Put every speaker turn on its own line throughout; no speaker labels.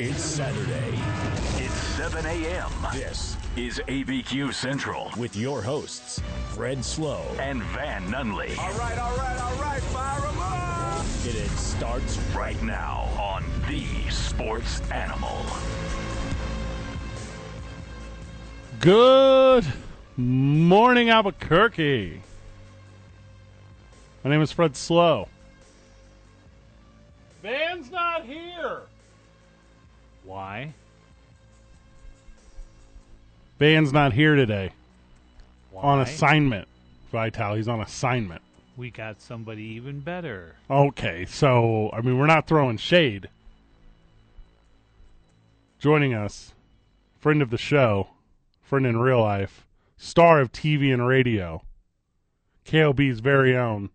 It's Saturday
It's 7 a.m.
This.
is ABQ Central
with your hosts, Fred Slow,
and Van Nunley
All right, all right, all right, fire 'em up!
and it starts
right now on The Sports Animal.
Good morning, Albuquerque. My name is Fred Slow. Van's not here. Why? Van's not here today. On assignment, Vital. He's on assignment.
We got somebody even better.
Okay, so I mean we're not throwing shade. Joining us, friend of the show, friend in real life, star of TV and radio, KOB's very own,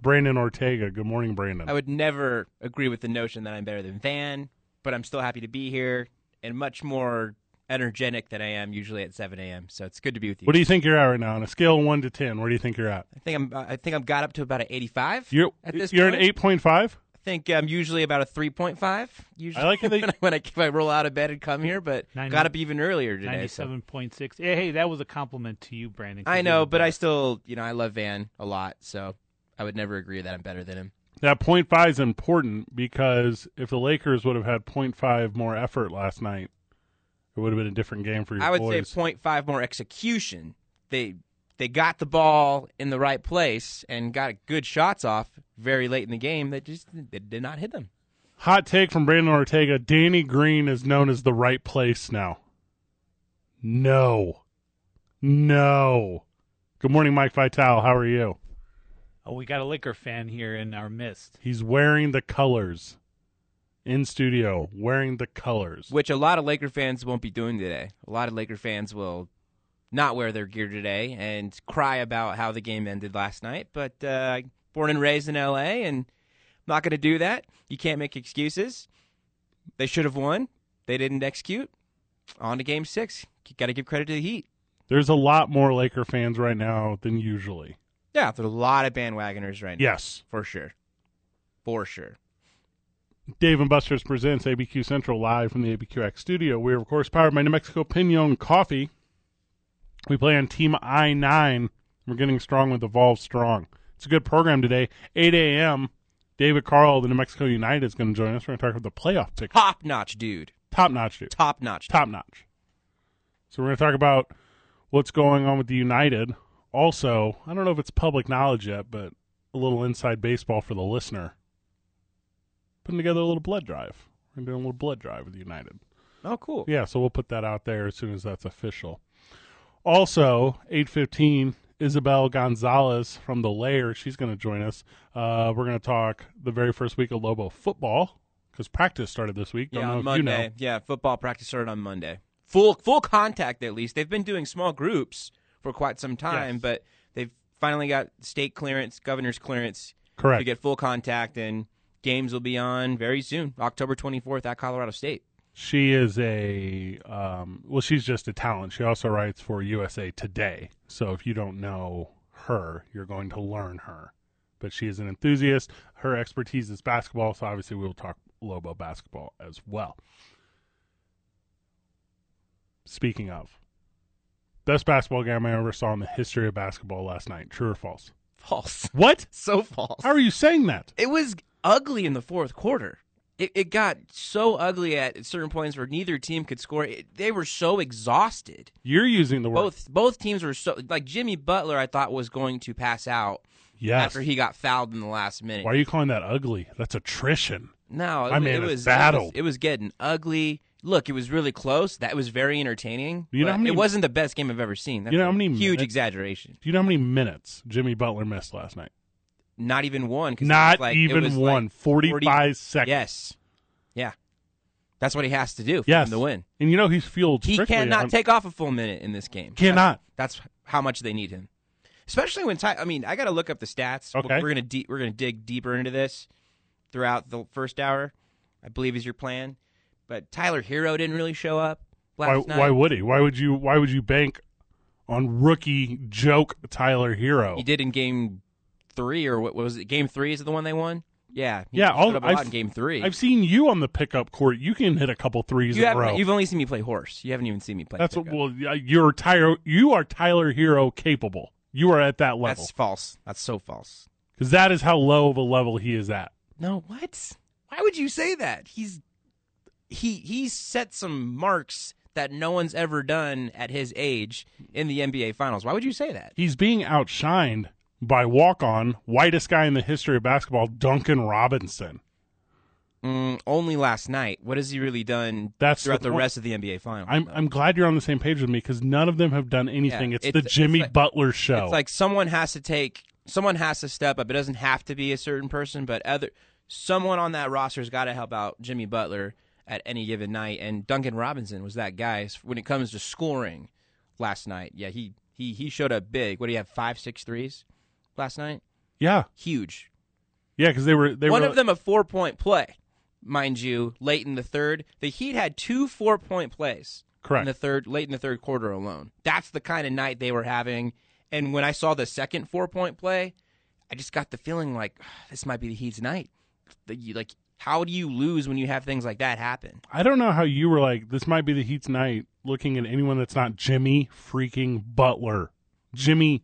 Brandon Ortega. Good morning, Brandon.
I would never agree with the notion that I'm better than Van, but I'm still happy to be here and much more energetic than I am usually at 7 a.m. So it's good to be with you.
What do you think you're at right now? On a scale of one to ten, where do you think you're at?
I think I'm. I think I'm got up to about an 85.
You're
at this
you're
point.
an eight point five.
I think I'm usually about a 3.5. Usually,
I like how they-
when, I, when I if I roll out of bed and come here, but
Ninety-
got up even earlier today. so-
Ninety-seven point six. Hey, hey, that was a compliment to you, Brandon. 'cause
I
you
know,
were
but I
better.
still, you know, I love Van a lot, so I would never agree that I'm better than him.
That point five is important because if the Lakers would have had point five more effort last night, it would have been a different game for your
I would
boys.
say 0.5 more execution. They they got the ball in the right place and got good shots off very late in the game. They just they did not hit them.
Hot take from Brandon Ortega. Danny Green is known as the right place now. No. No. Good morning, Mike Vitale. How are you?
Oh, we got a liquor fan here in our midst.
He's wearing the colors. In studio, wearing the colors.
Which a lot of Laker fans won't be doing today. A lot of Laker fans will not wear their gear today and cry about how the game ended last night. But uh, born and raised in L.A. and I'm not going to do that. You can't make excuses. They should have won. They didn't execute. On to Game Six. Got to give credit to the Heat.
There's a lot more Laker fans right now than usually.
Yeah, there's a lot of bandwagoners right now.
Yes.
For sure. For sure.
Dave and Buster's presents ABQ Central live from the ABQX studio. We are, of course, powered by New Mexico Pinon Coffee. We play on Team I 9. We're getting strong with Evolve Strong. It's a good program today. 8 a.m., David Carl, the New Mexico United, is going to join us. We're going to talk about the playoff pick.
Top notch, dude.
Top notch, dude.
Top notch.
Top notch. So we're going to talk about what's going on with the United. Also, I don't know if it's public knowledge yet, but a little inside baseball for the listener. Putting together a little blood drive. We're doing a little blood drive with the United.
Oh, cool.
Yeah, so we'll put that out there as soon as that's official. Also, eight fifteen, Isabel Gonzalez from the Layer. She's going to join us. Uh, we're going to talk the very first week of Lobo football because practice started this week. Don't
Yeah,
know
on
if
Monday.
you know.
Yeah, football practice started on Monday. Full full contact at least. They've been doing small groups for quite some time,
Yes.
but they've finally got state clearance, governor's clearance
Correct.
to get full contact and games will be on very soon, October 24th at Colorado State.
She is a um, well. She's just a talent. She also writes for USA Today. So if you don't know her, you're going to learn her. But she is an enthusiast. Her expertise is basketball. So obviously, we will talk Lobo basketball as well. Speaking of, best basketball game I ever saw in the history of basketball last night. True or false?
False.
What?
So false.
How are you saying that?
it was ugly in the fourth quarter. It, it got so ugly at certain points where neither team could score. It, they were so exhausted.
You're using the word
Both both teams were so like Jimmy Butler. I thought was going to pass out
Yes.
after he got fouled in the last minute.
Why are you calling that ugly? That's attrition.
no, it,
My man
it
is
was It
battled.
was, it was getting ugly. Look, it was really close. That was very entertaining.
You know
but
how many-
it wasn't the best game I've ever seen. That's
You know how
a
many
huge
minutes-
exaggeration.
Do you know how many minutes Jimmy Butler missed last night?
Not even one. 'cause it
Not
was like, it
even
was
one.
Like
45 seconds.
Yes. Yeah. That's what he has to do for
Yes.
him to win.
And you know he's fueled.
He
strictly
cannot
on-
take off a full minute in this game.
Cannot.
That's, that's how much they need him. Especially when Ty I mean, I got to look up the stats.
Okay.
We're going to de- we're going to dig deeper into this throughout the first hour. I believe is your plan. But Tyler Hero didn't really show up
Why,
last night.
why would he? Why would you? Why would you bank on rookie joke Tyler Hero?
He did in game 3 or what was it? Game 3 is the one they won. Yeah, he
Yeah,
showed
all-
up a
I've-
lot in game three.
I've seen you on the pickup court. You can hit a couple threes
you
in a row.
haven't, you've only seen me play horse. You haven't even seen me play.
That's what.
pickup.
Well, yeah, you're Tyler. You are Tyler Hero capable. You are at that level
That's false. That's so false.
because that is how low of a level he is at.
No, what? Why would you say that? He's he he set some marks that no one's ever done at his age in the NBA finals. Why would you say that?
He's being outshined by walk-on whitest guy in the history of basketball, Duncan Robinson.
Mm, only last night. What has he really done
That's
throughout
the
the,
point.
rest of the NBA finals?
I'm I'm glad you're on the same page with me because none of them have done anything. it's,
it's-
the
it's
Jimmy
like-
Butler show.
It's like someone has to take someone has to step up. It doesn't have to be a certain person, but other someone on that roster's got to help out Jimmy Butler at any given night. And Duncan Robinson was that guy when it comes to scoring last night. Yeah, he he he showed up big. What do you have? Five, six threes last night.
yeah,
Huge.
yeah, because they were they
One
were
of them a four point play, mind you. Late in the third, the Heat had two four point plays in
correct.
the third late in the third quarter alone. That's the kind of night they were having. And when I saw the second four point play, I just got the feeling like "Ah, this might be the Heat's night. That you- Like, how do you lose when you have things like that happen?
I don't know how you were like this might be the Heat's night. Looking at anyone that's not Jimmy freaking Butler, Jimmy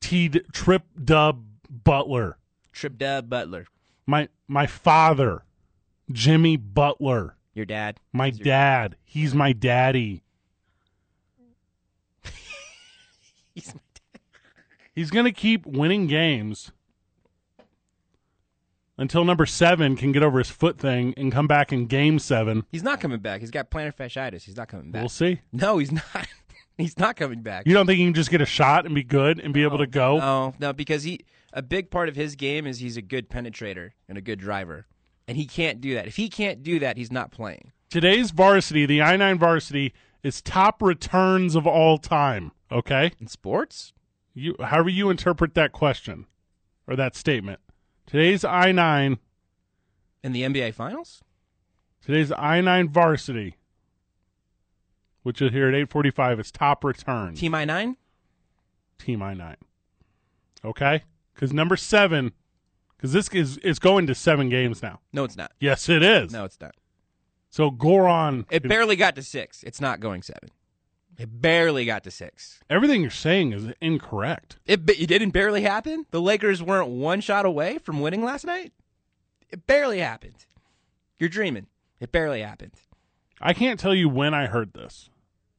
T Trip Dub Butler.
Trip Dub Butler,
my my father, Jimmy Butler,
your dad.
my dad. He's my daddy.
He's my dad.
He's gonna keep winning games until number seven can get over his foot thing and come back in game seven.
He's not coming back. He's got plantar fasciitis. He's not coming back.
We'll see.
No, he's not. he's not coming back.
You don't think he can just get a shot and be good and be able to go?
No, no, because he a big part of his game is he's a good penetrator and a good driver. And he can't do that. If he can't do that, he's not playing.
Today's varsity, the I nine varsity, is top returns of all time. Okay.
In sports?
you however you interpret that question or that statement. Today's I nine
In the NBA Finals?
Today's I nine varsity, which is here at eight forty five, is top return
Team I nine?
team I nine. Okay, because number seven, because this is it's going to seven games now.
No, it's not.
Yes, it is.
No, it's not.
So Goron,
It barely got to six. It's not going seven. It barely got to six.
everything you're saying is incorrect.
It, ba- it didn't barely happen. The Lakers weren't one shot away from winning last night. It barely happened. You're dreaming. It barely happened.
I can't tell you when I heard this.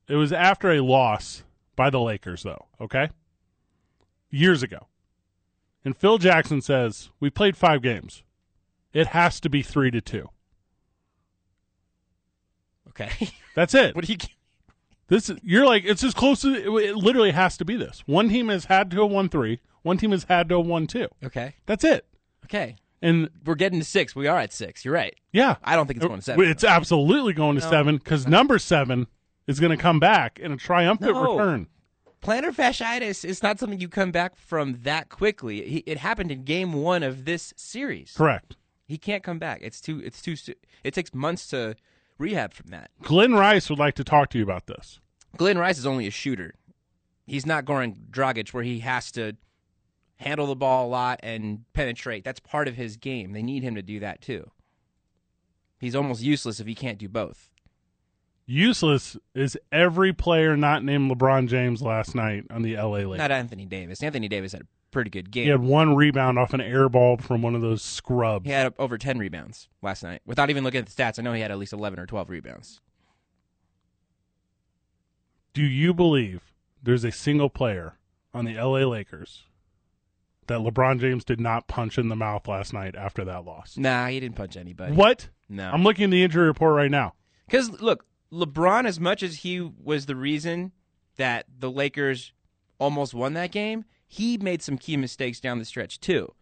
It was after a loss by the Lakers, though, okay? Years ago. And Phil Jackson says, We played five games. It has to be three to two.
Okay.
That's it.
what do you?
This is, you're like it's as close to it literally has to be this. One team has had to have won three. One team has had to have won two.
Okay.
That's it.
Okay.
And
We're getting to six. We are at six. You're right.
yeah,
I don't think it's going to seven.
It's absolutely going to seven because number seven is going to come back in a triumphant
No.
return.
plantar fasciitis is not something you come back from that quickly. It, it happened in game one of this series.
Correct.
He can't come back. It's too. It's too. soo- It takes months to rehab from that.
Glenn Rice would like to talk to you about this.
Glenn Rice is only a shooter. He's not Goran Dragic, where he has to handle the ball a lot and penetrate. That's part of his game. They need him to do that too. He's almost useless if he can't do both.
Useless is every player not named LeBron James last night on the LA Lakers.
Not Anthony Davis. Anthony Davis had a pretty good game.
he had one rebound off an air ball from one of those scrubs.
He had over 10 rebounds last night. Without even looking at the stats, I know he had at least 11 or 12 rebounds.
Do you believe there's a single player on the LA Lakers that LeBron James did not punch in the mouth last night after that loss?
Nah, he didn't punch anybody.
What?
No.
I'm looking at the injury report right now.
Because look, LeBron, as much as he was the reason that the Lakers almost won that game, he made some key mistakes down the stretch too.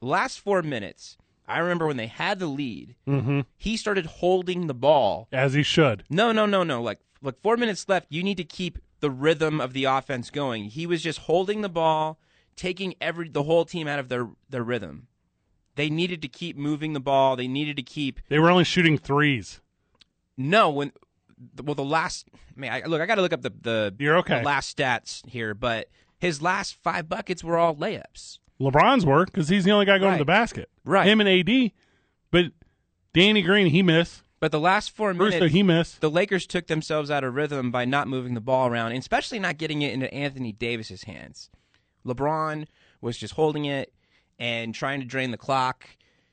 Last four minutes, I remember when they had the lead,
Mm-hmm.
he started holding the ball.
As he should.
No, no, no, no. Like, like four minutes left. You need to keep the rhythm of the offense going. He was just holding the ball, taking every the whole team out of their their rhythm. They needed to keep moving the ball. They needed to keep
They were only shooting threes.
no, when well the last I mean, I, look, I got to look up the the,
You're okay.
the last stats here, but his last five buckets were all layups.
LeBron's were because he's the only guy going to the
Right.
basket.
Right.
Him and AD. But Danny Green, he missed.
But the last four
Brewster,
minutes,
he missed.
the Lakers took themselves out of rhythm by not moving the ball around, and especially not getting it into Anthony Davis's hands. LeBron was just holding it and trying to drain the clock,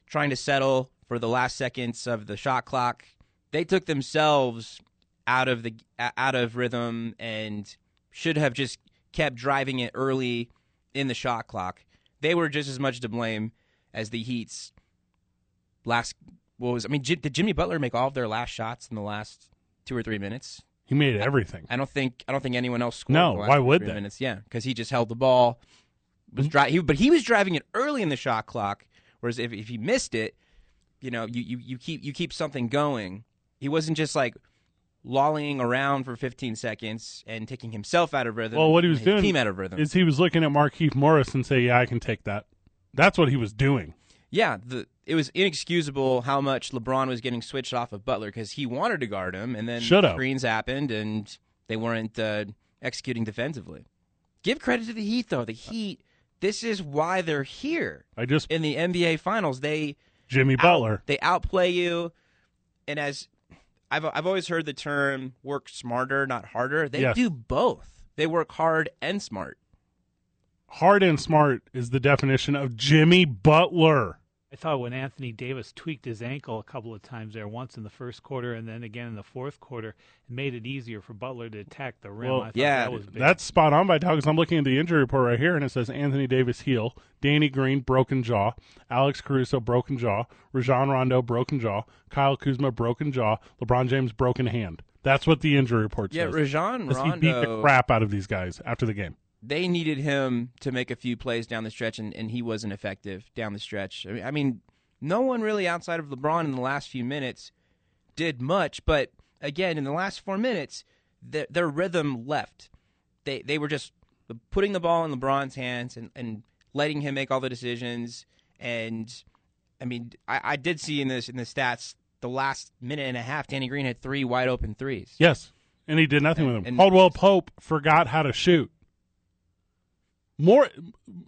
trying to settle for the last seconds of the shot clock. They took themselves out of the out of rhythm and should have just kept driving it early in the shot clock. They were just as much to blame as the Heat's last what was I mean Ji- did Jimmy Butler make all of their last shots in the last 2 or 3 minutes?
He made everything.
I don't think I don't think anyone else scored.
No,
in the last
why would
three
they? Hmm.
Minutes, yeah, because he just held the ball. Was dri- he, but he was driving it early in the shot clock. Whereas if, if he missed it, you know, you, you, you keep you keep something going. He wasn't just like lolling around for 15 seconds and taking himself out of rhythm.
Well, what he
and
was
his
doing
team out of rhythm.
is he was looking at Markeith Morris and say, "Yeah, I can take that." That's what he was doing.
yeah, the, it was inexcusable how much LeBron was getting switched off of Butler because he wanted to guard him, and then
Should've.
screens happened and they weren't uh, executing defensively. Give credit to the Heat though. The Heat, this is why they're here
I just
in the NBA Finals. They
Jimmy Butler.
out- they outplay you, and as I've I've always heard the term "work smarter, not harder." They
Yes.
do both. They work hard and smart.
Hard and smart is the definition of Jimmy Butler.
I thought when Anthony Davis tweaked his ankle a couple of times there, once in the first quarter and then again in the fourth quarter, it made it easier for Butler to attack the rim.
Well,
I thought
yeah,
that was big.
That's spot on by Doug. 'cause I'm looking at the injury report right here, and it says Anthony Davis heel, Danny Green broken jaw, Alex Caruso broken jaw, Rajon Rondo broken jaw, Kyle Kuzma broken jaw, LeBron James broken hand. That's what the injury report
Yeah,
says.
Rajon
'Cause
Rondo.
he beat the crap out of these guys after the game.
they needed him to make a few plays down the stretch, and, and he wasn't effective down the stretch. I mean, I mean, no one really outside of LeBron in the last few minutes did much. But again, in the last four minutes, their, their rhythm left. They they were just putting the ball in LeBron's hands and, and letting him make all the decisions. And I mean, I, I did see in this in the stats the last minute and a half, Danny Green had three wide open threes.
Yes, and he did nothing with them.
And-
Caldwell Pope forgot how to shoot. More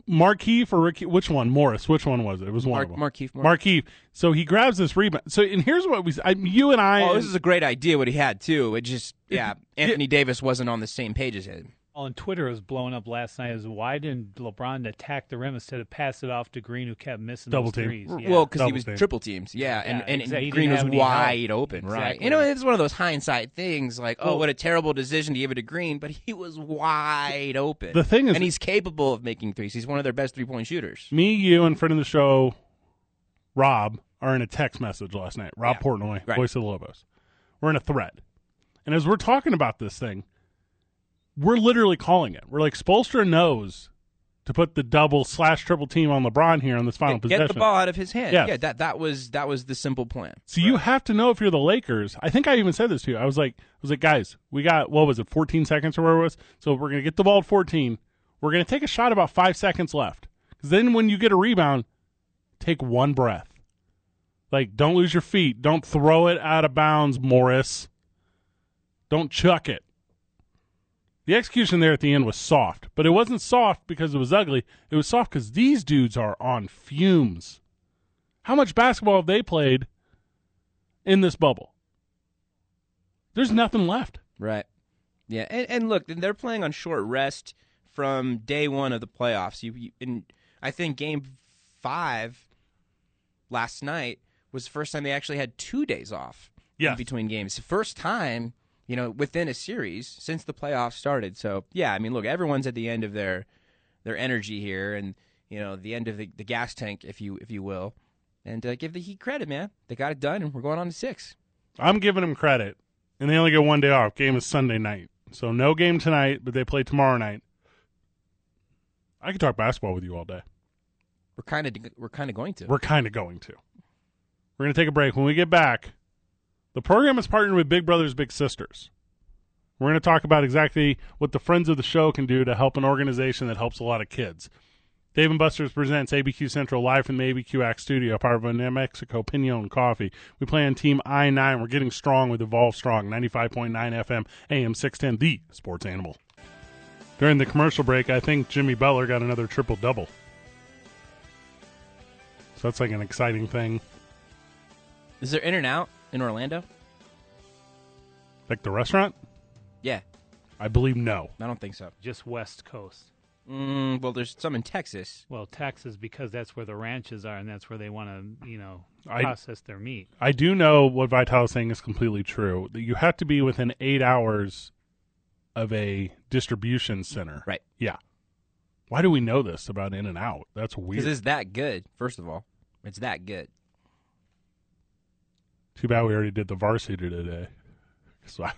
Marquis for Ricky, which one? Morris. Which one was it? It was one
Mark,
of them.
Markeith Morris.
Marquis. So he grabs this rebound. So and here's what we. I, you and I.
Oh, this is a great idea what he had too. It just yeah, Anthony Davis wasn't on the same page as him.
on Twitter was blowing up last night is why didn't LeBron attack the rim instead of pass it off to Green who kept missing
Double
those
team.
threes? Yeah.
Well, because he
Double
was
team.
triple teams, yeah, and
Yeah,
and,
exactly. He
Green
didn't
was
have any
wide open, right?
Exactly.
You know, it's one of those hindsight things, like oh,
Well-
what a terrible decision to give it to Green, but he was wide open.
The thing is-
and he's capable of making threes. He's one of their best three point shooters.
me, you, and friend of the show, Rob, are in a text message last night. Rob Portnoy,
right.
voice of the Lobos. We're in a thread. And as we're talking about this thing, we're literally calling it. We're like, Spolstra knows to put the double slash triple team on LeBron here on this final
Get,
possession.
get the ball out of his hand.
Yes.
Yeah, that that was that was the simple plan.
So you have to know if you're the Lakers. I think I even said this to you. I was like, I was like, guys, we got what was it, 14 seconds or where it was. So we're gonna get the ball at 14. We're gonna take a shot about five seconds left. Because then when you get a rebound, take one breath. Like, don't lose your feet. Don't throw it out of bounds, Morris. Don't chuck it. The execution there at the end was soft, but it wasn't soft because it was ugly. It was soft because these dudes are on fumes. How much basketball have they played in this bubble. There's nothing left.
Right. Yeah, and, and look, they're playing on short rest from day one of the playoffs. You, you and I think game five last night was the first time they actually had two days off
Yes.
in between games. First time, you know, within a series since the playoffs started. So yeah, I mean, look, everyone's at the end of their their energy here, and you know, the end of the, the gas tank, if you if you will. And uh, give the Heat credit, man. They got it done, and we're going on to six.
I'm giving them credit, and they only get one day off. Game is Sunday night, so no game tonight, but they play tomorrow night. I could talk basketball with you all day.
We're kind of we're kind of going to.
We're kind of going to. We're going to take a break. When we get back, the program is partnered with Big Brothers Big Sisters. We're going to talk about exactly what the friends of the show can do to help an organization that helps a lot of kids. Dave and Buster's presents ABQ Central live from the ABQ Act Studio, part of a New Mexico Pinon Coffee. We play on Team I 9. We're getting strong with Evolve Strong, 95.9 FM, AM 610, the sports animal. During the commercial break, I think Jimmy Butler got another triple double. So that's like an exciting thing.
Is there In and Out in Orlando?
Like the restaurant?
Yeah,
I believe no.
I don't think so.
just West Coast.
Mm, well, there's some in Texas.
Well, Texas because that's where the ranches are and that's where they want to, you know,
I-
process their meat.
I do know what Vital is saying is completely true. That you have to be within eight hours of a distribution center.
Right.
Yeah. Why do we know this about In and Out? That's weird.
Because it's that good, first of all. It's that good.
Too bad we already did the varsity today. So I,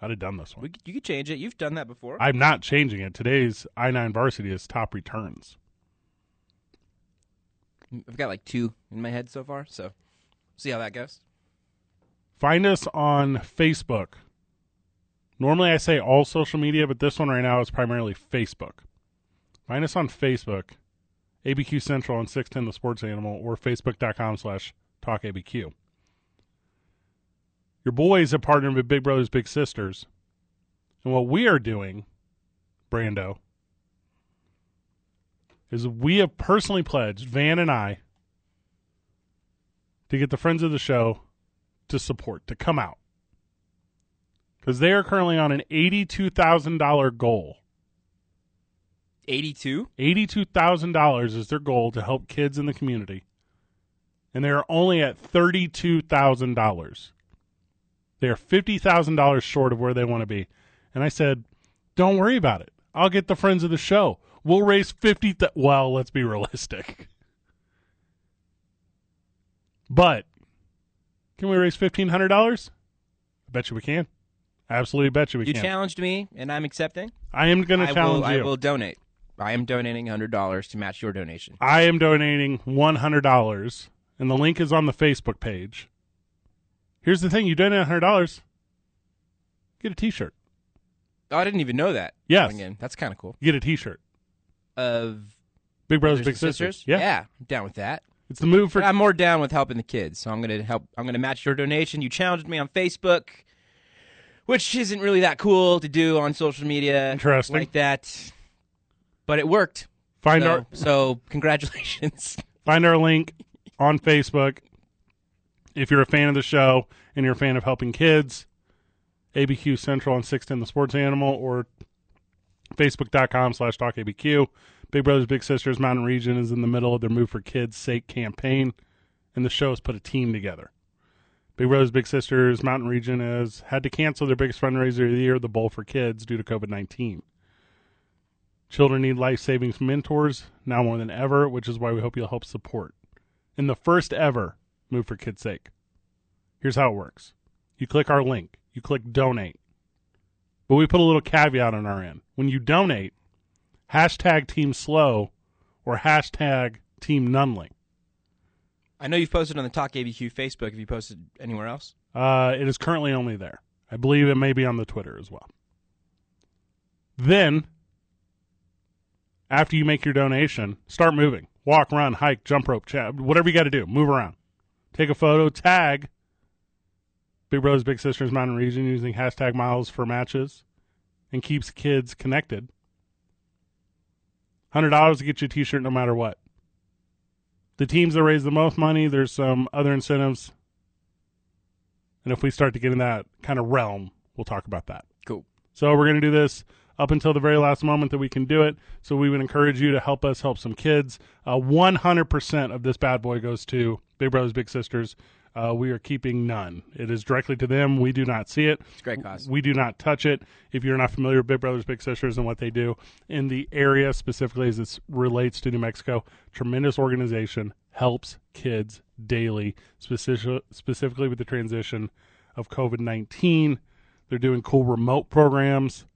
I'd have done this
We,
one.
c- you could change it. You've done that before.
I'm not changing it. Today's I nine varsity is top returns.
I've got like two in my head so far, so see how that goes.
Find us on Facebook. Normally I say all social media, but this one right now is primarily Facebook. Find us on Facebook, ABQ Central on 610 The Sports Animal, or facebook.com slash talkabq. Your boys have partnered with Big Brothers Big Sisters. And what we are doing, Brando, is we have personally pledged, Van and I, to get the friends of the show to support to come out because they are currently on an eighty-two thousand dollar goal.
82?
Eighty-two thousand dollars is their goal to help kids in the community, and they are only at thirty-two thousand dollars. They are fifty thousand dollars short of where they want to be, and I said, "Don't worry about it. I'll get the friends of the show. We'll raise fifty. Th- well, let's be realistic, but can we raise fifteen hundred dollars? I bet you we can. Absolutely, bet you we
You
can.
challenged me, and I'm accepting.
I am going to
I
challenge
will,
you.
I will donate. I am donating $100 to match your donation.
I am donating one hundred dollars, and the link is on the Facebook page. Here's the thing: you donate hundred dollars, get a T-shirt.
Oh, I didn't even know that.
Yes.
Going in. That's kind of cool.
You get a T-shirt.
Of
Big brothers,
Brothers
big
and
sisters. Yeah.
I'm down with that.
it's the move
But
for.
I'm more down with helping the kids, so I'm gonna help. I'm gonna match your donation. You challenged me on Facebook, which isn't really that cool to do on social media,
Interesting.
like that. But it worked.
Find
so,
our
so congratulations.
find our link on Facebook. If you're a fan of the show and you're a fan of helping kids, ABQ Central on 610 The Sports Animal or Facebook.com slash TalkABQ. Big Brothers Big Sisters Mountain Region is in the middle of their Move for Kids Sake campaign, and the show has put a team together. Big Brothers Big Sisters Mountain Region has had to cancel their biggest fundraiser of the year, the Bowl for Kids, due to COVID 19. Children need life saving mentors now more than ever, which is why we hope you'll help support. In the first ever Move for Kids' Sake, here's how it works you click our link, you click donate. But we put a little caveat on our end. When you donate, hashtag team slow or hashtag team nunling.
I know you've posted on the Talk ABQ Facebook. Have you posted anywhere else?
Uh, it is currently only there. I believe it may be on the Twitter as well. Then, after you make your donation, start moving. Walk, run, hike, jump rope, chat, whatever you got to do. Move around. Take a photo, tag Big Brothers Big Sisters Mountain Region using hashtag miles for matches and keeps kids connected. $100 to get you a t shirt no matter what. The teams that raise the most money, there's some other incentives. And if we start to get in that kind of realm, we'll talk about that.
Cool.
So we're going to do this up until the very last moment that we can do it. So we would encourage you to help us help some kids. Uh, 100% of this bad boy goes to Big Brothers Big Sisters. Uh, we are keeping none. It is directly to them. We do not see it.
It's a great cause.
We do not touch it. If you're not familiar with Big Brothers Big Sisters and what they do in the area, specifically as it relates to New Mexico, tremendous organization helps kids daily, specifi- specifically with the transition of COVID 19. They're doing cool remote programs.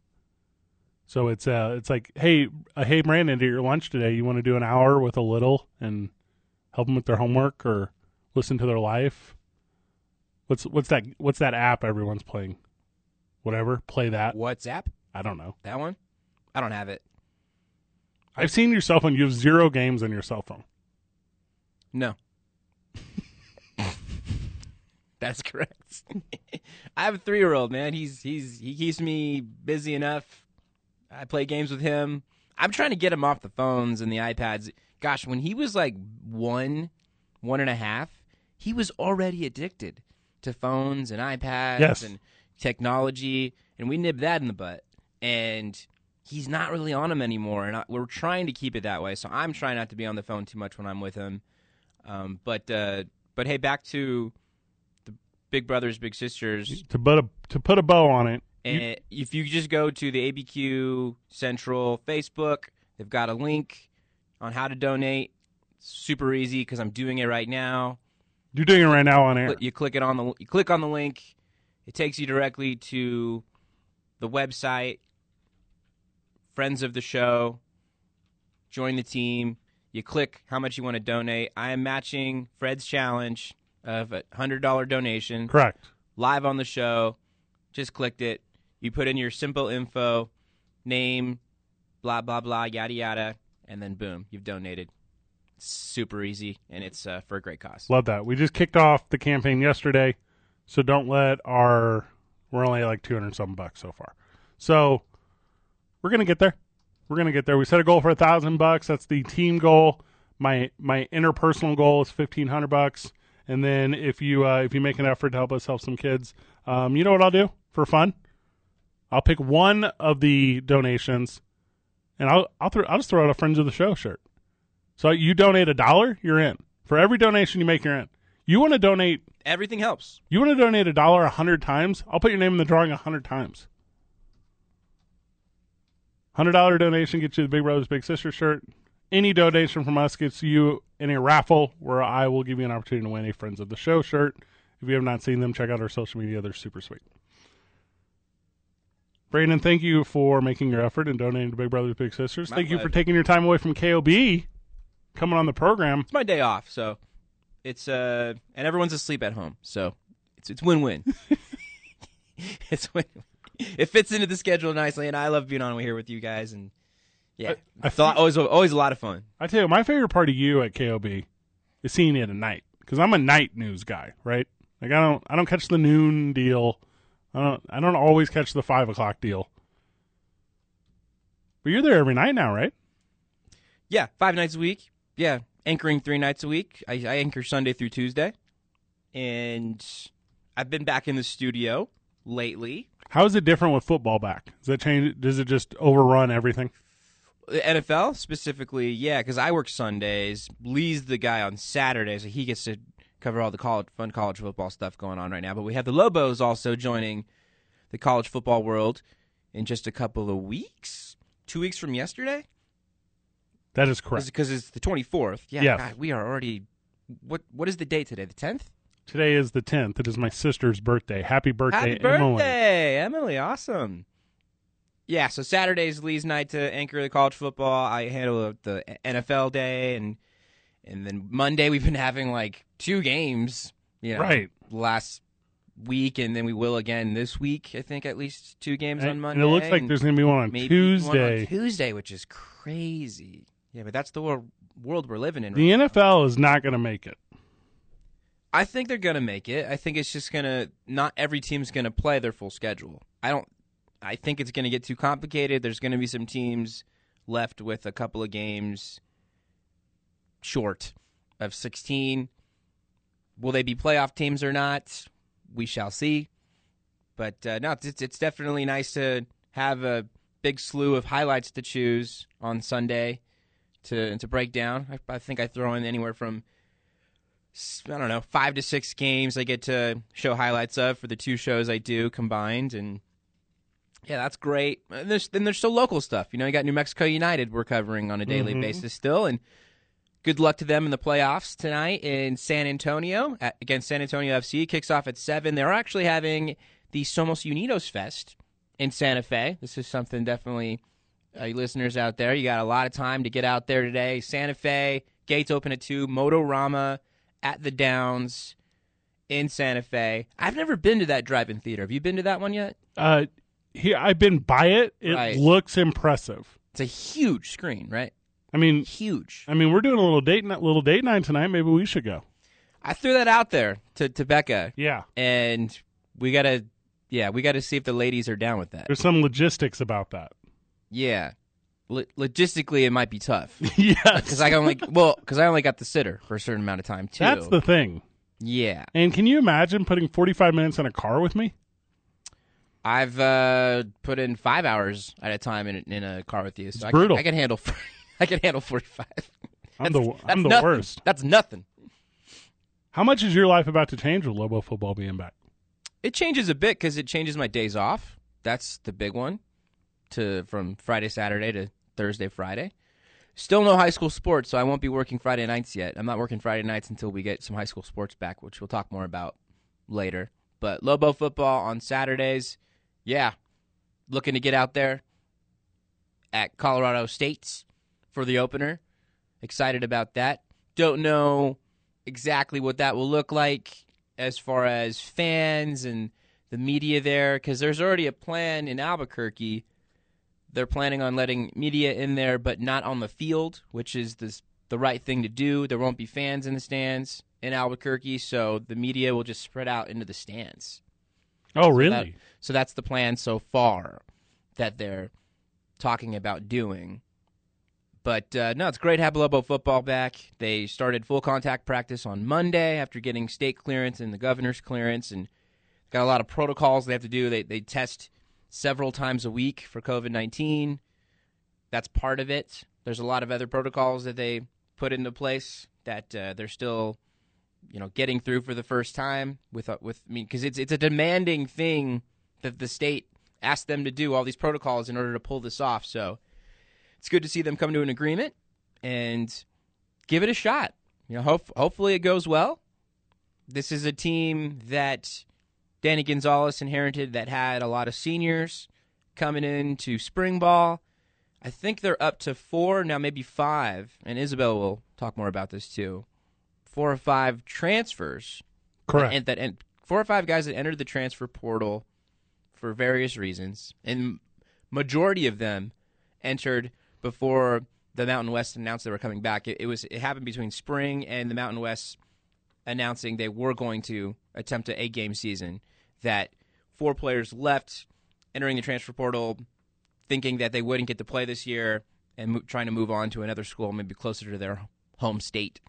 So it's uh, it's like, hey, uh, hey, Brandon, at your lunch today, you want to do an hour with a little and help them with their homework or listen to their life? What's what's that? What's that app everyone's playing? Whatever, play that.
WhatsApp?
I don't know.
That one? I don't have it.
I've seen your cell phone. You have zero games on your cell phone.
No. That's correct. I have a three year old, man. He's he's he keeps me busy enough. I play games with him. I'm trying to get him off the phones and the iPads. Gosh, when he was like one, one and a half, he was already addicted to phones and iPads
Yes.
and technology, and we nibbed that in the butt. And he's not really on him anymore, and I, we're trying to keep it that way. So I'm trying not to be on the phone too much when I'm with him. Um, but uh, but hey, back to the Big Brothers Big Sisters.
To put a to put a bow on it.
And
you-
if you just go to the ABQ Central Facebook, they've got a link on how to donate. Super easy because I'm doing it right now.
you're doing it right now on air.
Cli- You click it on the you click on the link. It takes you directly to the website. Friends of the show, join the team. You click how much you want to donate. I am matching Fred's challenge of a hundred dollar donation
Correct.
live on the show. Just clicked it. You put in your simple info, name, blah blah blah, yada yada, and then boom, you've donated. It's super easy, and it's uh, for a great cause.
Love that. We just kicked off the campaign yesterday, so don't let our we're only at like two hundred something bucks so far. So we're gonna get there. We're gonna get there. We set a goal for a thousand bucks. That's the team goal. My my interpersonal goal is fifteen hundred bucks. And then if you uh, if you make an effort to help us help some kids, um, you know what I'll do for fun? I'll pick one of the donations, and I'll I'll, throw, I'll just throw out a friends of the show shirt. So you donate a dollar, you're in. For every donation you make, you're in. You want to donate
Everything helps.
you want to donate a dollar a hundred times? I'll put your name in the drawing a hundred times. Hundred dollar donation gets you the Big Brothers Big Sister shirt. Any donation from us gets you in a raffle where I will give you an opportunity to win a Friends of the Show shirt. If you have not seen them, check out our social media. They're super sweet. Brandon, thank you for making your effort and donating to Big Brothers Big Sisters.
My
thank you for
pleasure.
taking your time away from KOB, coming on the program.
It's my day off, so it's uh, and everyone's asleep at home, so it's it's win win. it's win. It fits into the schedule nicely, and I love being on here with you guys. And yeah,
I
thought always always a lot of fun.
I tell you, my favorite part of you at KOB is seeing it at night because I'm a night news guy, right? Like I don't, I don't catch the noon deal. I don't, I don't always catch the five o'clock deal. But you're there every night now, right?
Yeah, five nights a week. Yeah, anchoring three nights a week. I, I anchor Sunday through Tuesday, and I've been back in the studio lately.
How is it different with football back? Does that change? Does it just overrun everything?
The NFL specifically, yeah, because I work Sundays. Lee's the guy on Saturday, so he gets to cover all the college, fun college football stuff going on right now. But we have the Lobos also joining the college football world in just a couple of weeks. Two weeks from yesterday.
That is correct.
Because it's the 24th. Yeah,
Yes.
God, we are already. What What is the date today? The 10th?
Today is the tenth. It is my sister's birthday. Happy birthday,
Happy birthday,
Emily!
Emily. Awesome. Yeah, so Saturday's Lee's night to anchor the college football. I handle the NFL day, and and then Monday we've been having like two games, you know,
Right.
Last week, and then we will again this week. I think at least two games
And,
on
and
Monday.
it looks like
and
there's gonna be one on
maybe one on
Tuesday.
Tuesday, which is crazy. Yeah, but that's the wor- world we're living in.
the
right
NFL is not gonna make it.
I think they're gonna make it. I think it's just gonna not every team's gonna play their full schedule. I don't. I think it's gonna get too complicated. There's gonna be some teams left with a couple of games short of 16. Will they be playoff teams or not? We shall see. But uh, no, it's, it's definitely nice to have a big slew of highlights to choose on Sunday to to break down. I, I think I throw in anywhere from s- I don't know, five to six games I get to show highlights of for the two shows I do combined, and yeah, that's great. And there's then there's still local stuff. You know, you got New Mexico United we're covering on a daily basis still, and good luck to them in the playoffs tonight in San Antonio at, against San Antonio FC. Kicks off at seven. They're actually having the Somos Unidos Fest in Santa Fe. This is something definitely uh, you listeners out there, you got a lot of time to get out there today. Santa Fe, gates open at 2, Motorama at the Downs in Santa Fe. I've never been to that drive in theater. Have you been to that one yet?
Uh, here I've been by it. It
Right.
looks impressive.
It's a huge screen, right?
I mean,
Huge.
I mean, we're doing a little date night, little date night tonight. Maybe we should go.
I threw that out there to, to Becca,
Yeah,
and we got to. Yeah, we got to see if the ladies are down with that.
there's some logistics about that.
Yeah. lo- logistically it might be tough
yes.
because I only well 'cause I only got the sitter for a certain amount of time too.
That's the thing.
yeah.
And can you imagine putting 45 minutes in a car with me?
I've uh, put in five hours at a time in, in a car with you, so I can-
brutal.
I can, handle I can handle forty five.
I'm the I'm the
nothing.
worst.
That's nothing.
How much is your life about to change with Lobo football being back?
It changes a bit because it changes my days off. That's the big one. To from Friday Saturday to Thursday Friday. Still no high school sports, so I won't be working Friday nights yet. I'm not working Friday nights until we get some high school sports back, which we'll talk more about later. But Lobo football on Saturdays, yeah, looking to get out there at Colorado State's for the opener. Excited about that. Don't know exactly what that will look like as far as fans and the media there, because there's already a plan in Albuquerque. They're planning on letting media in there, but not on the field, which is this, the right thing to do. There won't be fans in the stands in Albuquerque, so the media will just spread out into the stands.
Oh, really?
That- so that's the plan so far that they're talking about doing. But uh, no, it's great to have Lobo football back. They started full contact practice on Monday after getting state clearance and the governor's clearance, and got a lot of protocols they have to do. They they test several times a week for COVID nineteen. That's part of it. There's a lot of other protocols that they put into place that uh, they're still you know getting through for the first time with uh, with I mean because it's it's a demanding thing that the state asked them to do all these protocols in order to pull this off. So it's good to see them come to an agreement and give it a shot. You know, hope, hopefully it goes well. This is a team that Danny Gonzalez inherited that had a lot of seniors coming into spring ball. I think they're up to four now, maybe five. And Isabel will talk more about this too. Four or five transfers
Correct.
and that and four or five guys that entered the transfer portal for various reasons, and majority of them entered before the Mountain West announced they were coming back. It, it was it happened between spring and the Mountain West announcing they were going to attempt a eight game season. That four players left entering the transfer portal, thinking that they wouldn't get to play this year, and mo- trying to move on to another school, maybe closer to their home state.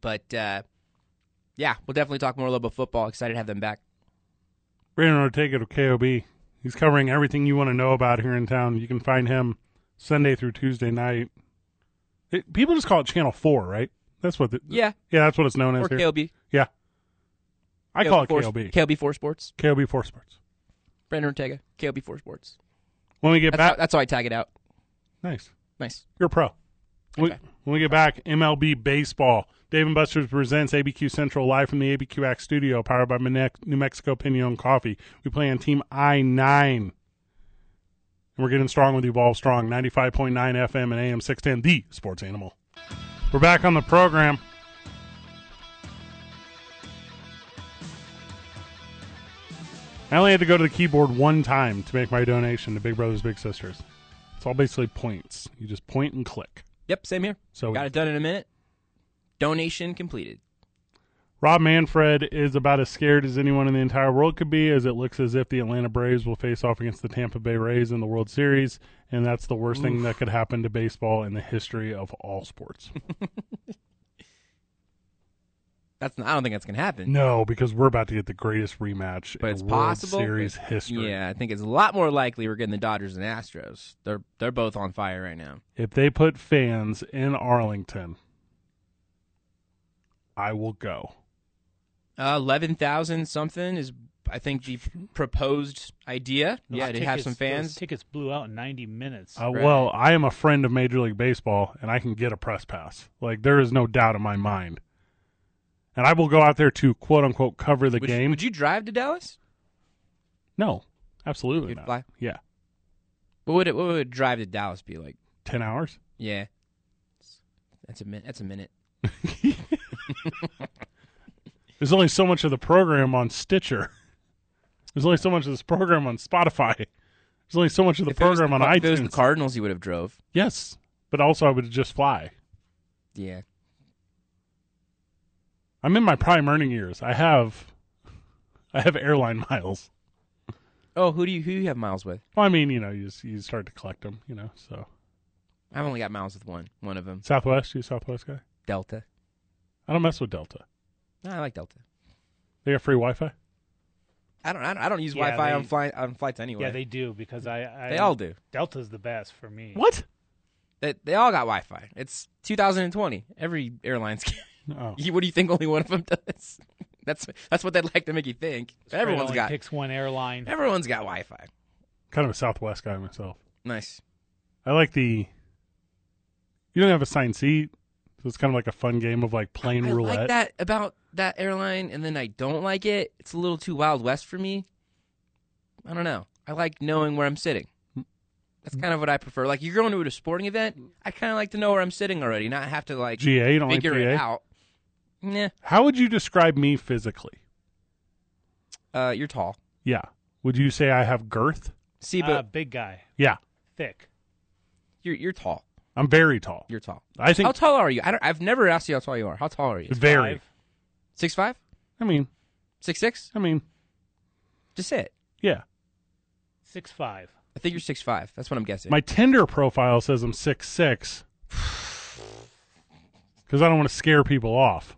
But uh, yeah, we'll definitely talk more a little about football. Excited to have them back.
Brandon Ortega to KOB. He's covering everything you want to know about here in town. You can find him Sunday through Tuesday night. It- people just call it Channel Four, right? That's what. The,
Yeah,
yeah, that's what it's known as
or
here.
KLB.
Yeah, I call it
four,
KOB.
KLB Four Sports.
KOB Four Sports.
Brandon Ortega. KLB Four Sports.
When we get
That's
back,
how, that's how I tag it out.
nice.
Nice.
You're a pro. When,
Okay.
when we get back, MLB baseball. Dave and Buster's presents ABQ Central live from the ABQ Act studio, powered by Mene- New Mexico Pinion Coffee. We play on Team I nine, and we're getting strong with Evolve Strong, ninety five point nine FM and AM six ten, the Sports Animal. We're back on the program. I only had to go to the keyboard one time to make my donation to Big Brothers Big Sisters. It's all basically points. You just point and click.
Yep, same here.
So-
got it done in a minute. Donation completed.
Rob Manfred is about as scared as anyone in the entire world could be, as it looks as if the Atlanta Braves will face off against the Tampa Bay Rays in the World Series, and that's the worst thing that could happen to baseball in the history of all sports.
That's not, I don't think that's gonna happen.
no, because we're about to get the greatest rematch
but
in
it's
World
possible.
Series
but-
history.
Yeah, I think it's a lot more likely we're getting the Dodgers and Astros. They're they're both on fire right now.
If they put fans in Arlington, I will go.
Uh, Eleven thousand something is, I think, the proposed idea.
Those
yeah, to have
tickets-
some
those
fans. Oh.
tickets blew out in 90 minutes.
Uh,
Right.
Well, I am a friend of Major League Baseball, and I can get a press pass. Like there is no doubt in my mind, and I will go out there to quote unquote cover the
would, you-
game.
would you drive to Dallas?
no, absolutely
You'd
not.
fly?
Yeah,
What would it, what would a drive to Dallas be like?
ten hours.
Yeah, that's a minute. That's a minute.
There's only so much of the program on Stitcher. There's only so much of this program on Spotify. There's only so much of the
If it was
program on
Car-
iTunes.
If it was the Cardinals, you would have drove.
yes, but also I would just fly.
Yeah,
I'm in my prime earning years. I have, I have airline miles.
Oh, who do you who do you have miles with?
Well, I mean, you know, you s- you start to collect them, you know. So
I've only got miles with one. One of them,
Southwest, you a Southwest guy?
Delta.
I don't mess with Delta.
No, I like Delta.
They got free Wi Fi.
I don't. I don't, I don't use
Yeah,
Wi-Fi
they-
on fly on flights anyway.
Yeah, they do because I, I
They all do.
Delta's the best for me.
What?
They, they all got Wi-Fi. It's 2020. Every airline's.
Oh,
You- what do you think? Only one of them does. That's that's what they'd like to make you think.
Fred
everyone's
only
got.
picks one airline.
Everyone's got Wi-Fi.
kind of a Southwest guy myself.
Nice.
I like the. You don't have assigned seat, so it's kind of like a fun game of like playing
I
roulette.
like that about that airline, and then I don't like it. It's a little too Wild West for me. I don't know. I like knowing where I'm sitting. That's
Mm.
kind of what I prefer. Like you're going to a sporting event, I kind of like to know where I'm sitting already, not have to like
GA, you don't like
figure it
GA.
out. Nah.
How would you describe me physically?
Uh, you're tall.
Yeah. Would you say I have girth?
See, but
Ah, big guy,
Yeah.
thick.
you're you're tall.
I'm very tall.
You're tall.
I think
How tall are you? I don't, I've never asked you how tall you are. How tall are you?
very.
Five.
Six five?
I mean,
Six six?
I mean,
Just say it.
yeah.
Six five.
I think you're six five. That's what I'm guessing.
My Tinder profile says I'm six six because I don't want to scare people off.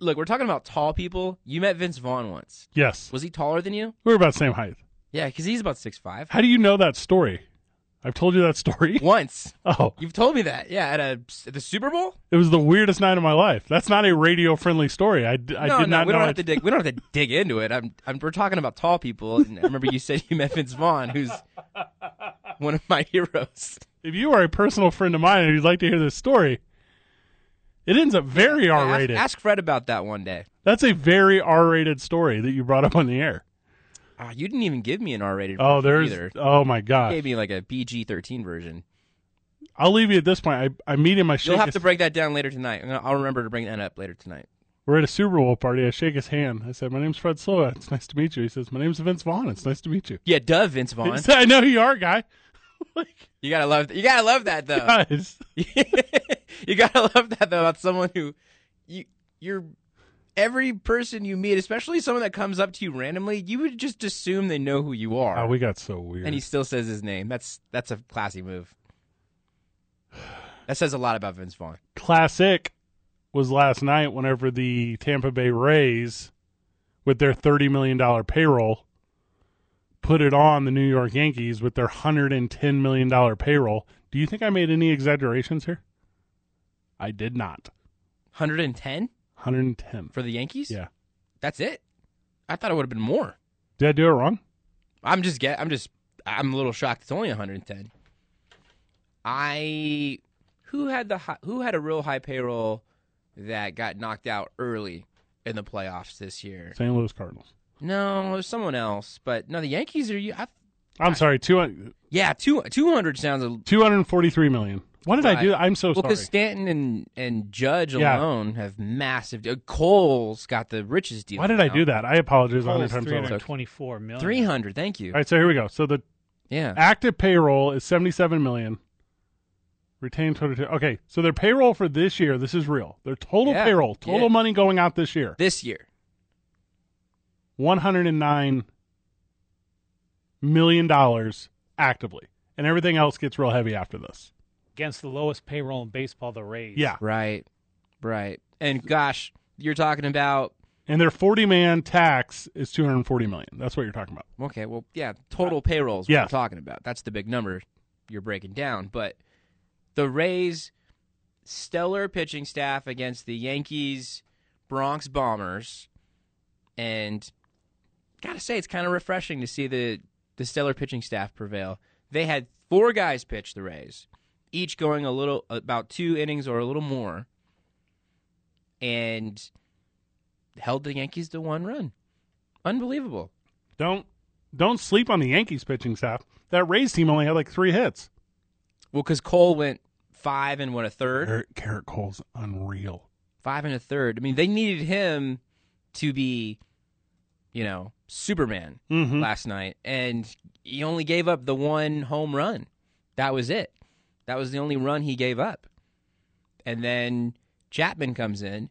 Look, we're talking about tall people. You met Vince Vaughn once.
Yes,
Was he taller than you?
we're about the same height.
Yeah, because he's about six five.
How do you know that story? I've told you that story.
Once
Oh,
you've told me that. Yeah, at a at the Super Bowl.
it was the weirdest night of my life. That's not a radio friendly story. I, d- I
no,
did
no,
not
we
know.
don't
I-
have to dig. We don't have to dig into it. I'm, I'm we're talking about tall people. And I remember you said you met Vince Vaughn, who's one of my heroes.
if you are a personal friend of mine and you'd like to hear this story, it ends up very R
Ask,
rated.
ask Fred about that one day.
That's a very R rated story that you brought up on the air.
Ah, you didn't even give me an R-rated.
Oh,
version
there's.
either.
Oh my
You
god!
gave me like a PG-13 version.
I'll leave you at this point. I, I meet in my.
You'll
shake
have
his-
to break that down later tonight. I'm gonna- I'll remember to bring that up later tonight.
We're at a Super Bowl party. I shake his hand. I said, "My name's Fred Sloa. It's nice to meet you." He says, "My name's Vince Vaughn. It's nice to meet you."
Yeah, duh, Vince Vaughn.
He said, "I know who you are, guy." like,
You gotta love. You gotta love that though.
guys,
you gotta love that though about someone who you you're every person you meet, especially someone that comes up to you randomly, you would just assume they know who you are.
oh, we got so weird.
and he still says his name. That's that's a classy move. That says a lot about Vince Vaughn.
classic was last night whenever the Tampa Bay Rays, with their $30 million payroll, put it on the New York Yankees with their $110 million payroll. Do you think I made any exaggerations here? I did not.
110
110.
for the Yankees.
Yeah.
that's it. I thought it would have been more.
Did I do it wrong?
I'm just get. I'm just. I'm a little shocked. It's only 110. I who had the hi- who had a real high payroll that got knocked out early in the playoffs this year.
St. Louis Cardinals.
No, it was someone else. But no, the Yankees are you. I,
I'm sorry, 200,
yeah, two 200 sounds a,
243 million. What did I do?
Right.
I'm so
well
sorry.
because Stanton and and Judge
Yeah.
alone have massive. uh, Cole's got the richest deal.
Why did I do that? I apologize a 100
Cole's
times
three
over.
hundred
All
twenty-four million.
300. Thank you.
right, so here we go. So the
Yeah.
active payroll is 77 million retained total okay so their payroll for this year this is real their total
Yeah.
payroll total
Yeah.
money going out this year
This year.
109 million dollars actively and everything else gets real heavy after this
against the lowest payroll in baseball, the Rays.
yeah
Right. Right. And gosh, you're talking about
and their 40 man tax is 240 million that's what you're talking about
Okay, well, yeah, total payrolls
Yeah.
we're talking about. That's the big number you're breaking down. But the Rays' stellar pitching staff against the Yankees, Bronx Bombers, and gotta say, it's kind of refreshing to see the the stellar pitching staff prevail. They had four guys pitch the Rays, each going a little about two innings or a little more, and held the Yankees to one run. Unbelievable.
don't don't sleep on the yankees pitching staff that rays team only had like three hits
Well, because Cole went five and what a third,
Garrett, Garrett cole's unreal
five and a third. I mean, they needed him to be, you know, Superman
Mhm.
last night, and he only gave up the one home run. That was it. That was the only run he gave up. And then Chapman comes in,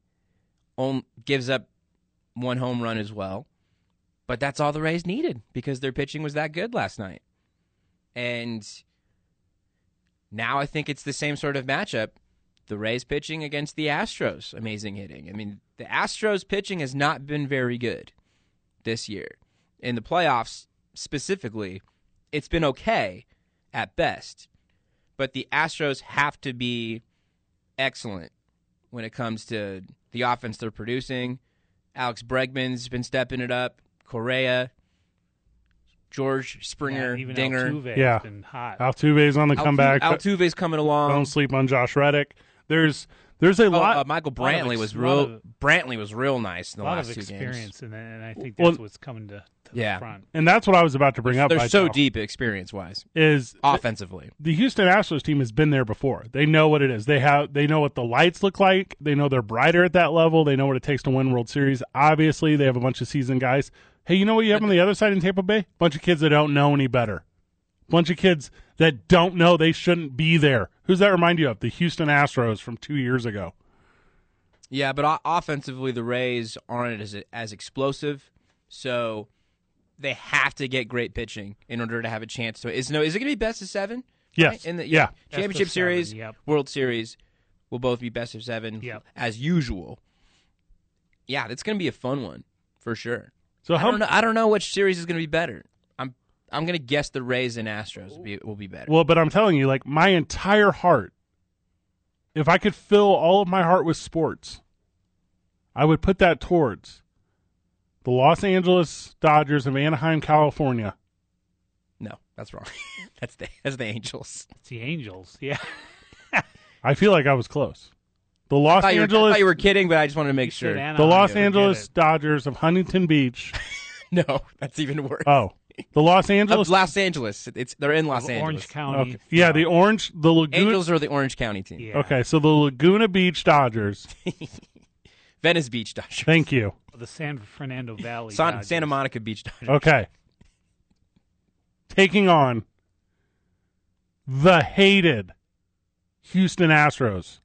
on, gives up one home run as well. But that's all the Rays needed because their pitching was that good last night. And now I think it's the same sort of matchup. The Rays pitching against the Astros, amazing hitting. I mean, the Astros pitching has not been very good this year. In the playoffs specifically, it's been okay at best. But the Astros have to be excellent when it comes to the offense they're producing. Alex Bregman's been stepping it up. Correa, George Springer,
even
Dinger. Oh,
Altuve's
Yeah.
been hot.
Altuve's on the
Altu-
comeback.
Altuve's coming along.
Don't sleep on Josh Reddick. There's there's a
Um, Oh,
lot.
uh, Michael
lot of
Brantley
ex-
was
lot
real.
of-
Brantley was real nice in
a
the
lot
last
of
two games.
experience, and, and I think
Well-
that's what's coming to, to
Yeah.
the front.
and that's what I was about to bring up.
They're so
Vital,
deep Uh, experience wise,
Is
offensively.
the Houston Astros team has been there before. They know what it is. They have they know what the lights look like. They know they're brighter at that level. They know what it takes to win World Series. Obviously, they have a bunch of seasoned guys. Hey, you know what you have on the other side in Tampa Bay? Bunch of kids that don't know any better. Bunch of kids that don't know they shouldn't be there. Who's that remind you of? The Houston Astros from two years ago.
Yeah, but o- offensively, the Rays aren't as as explosive, so they have to get great pitching in order to have a chance. to is no is it going to be best of seven?
Yes.
Right? In the
Yeah.
of
championship
seven,
series,
yep.
World Series will both be best of seven
Yep.
as usual. Yeah, that's going to be a fun one for sure.
So
I
how
don't know. I don't know which series is going to be better. I'm I'm going to guess the Rays and Astros will be, will be better.
Well, but I'm telling you, like my entire heart, if I could fill all of my heart with sports, I would put that towards the Los Angeles Dodgers of Anaheim, California.
no, that's wrong. that's the that's the Angels.
It's the Angels. Yeah.
I feel like I was close. The Los
I thought, you were, I
Angeles,
thought you were kidding, but I just wanted to make
Said
sure.
Anaheim,
the Los
forget
Angeles
it.
Dodgers of Huntington Beach.
No, that's even worse.
Oh, the Los
Of
Angeles.
Los Angeles. It's they're in Los Angeles.
Orange County.
Okay. Yeah, the orange, the Laguna.
Angels are the Orange County team.
Yeah.
Okay, so the Laguna Beach Dodgers.
Venice Beach Dodgers.
Thank you.
uh, The San Fernando Valley.
San,
Dodgers. Oh.
Santa Monica Beach Dodgers.
Okay. Taking on the hated Houston Astros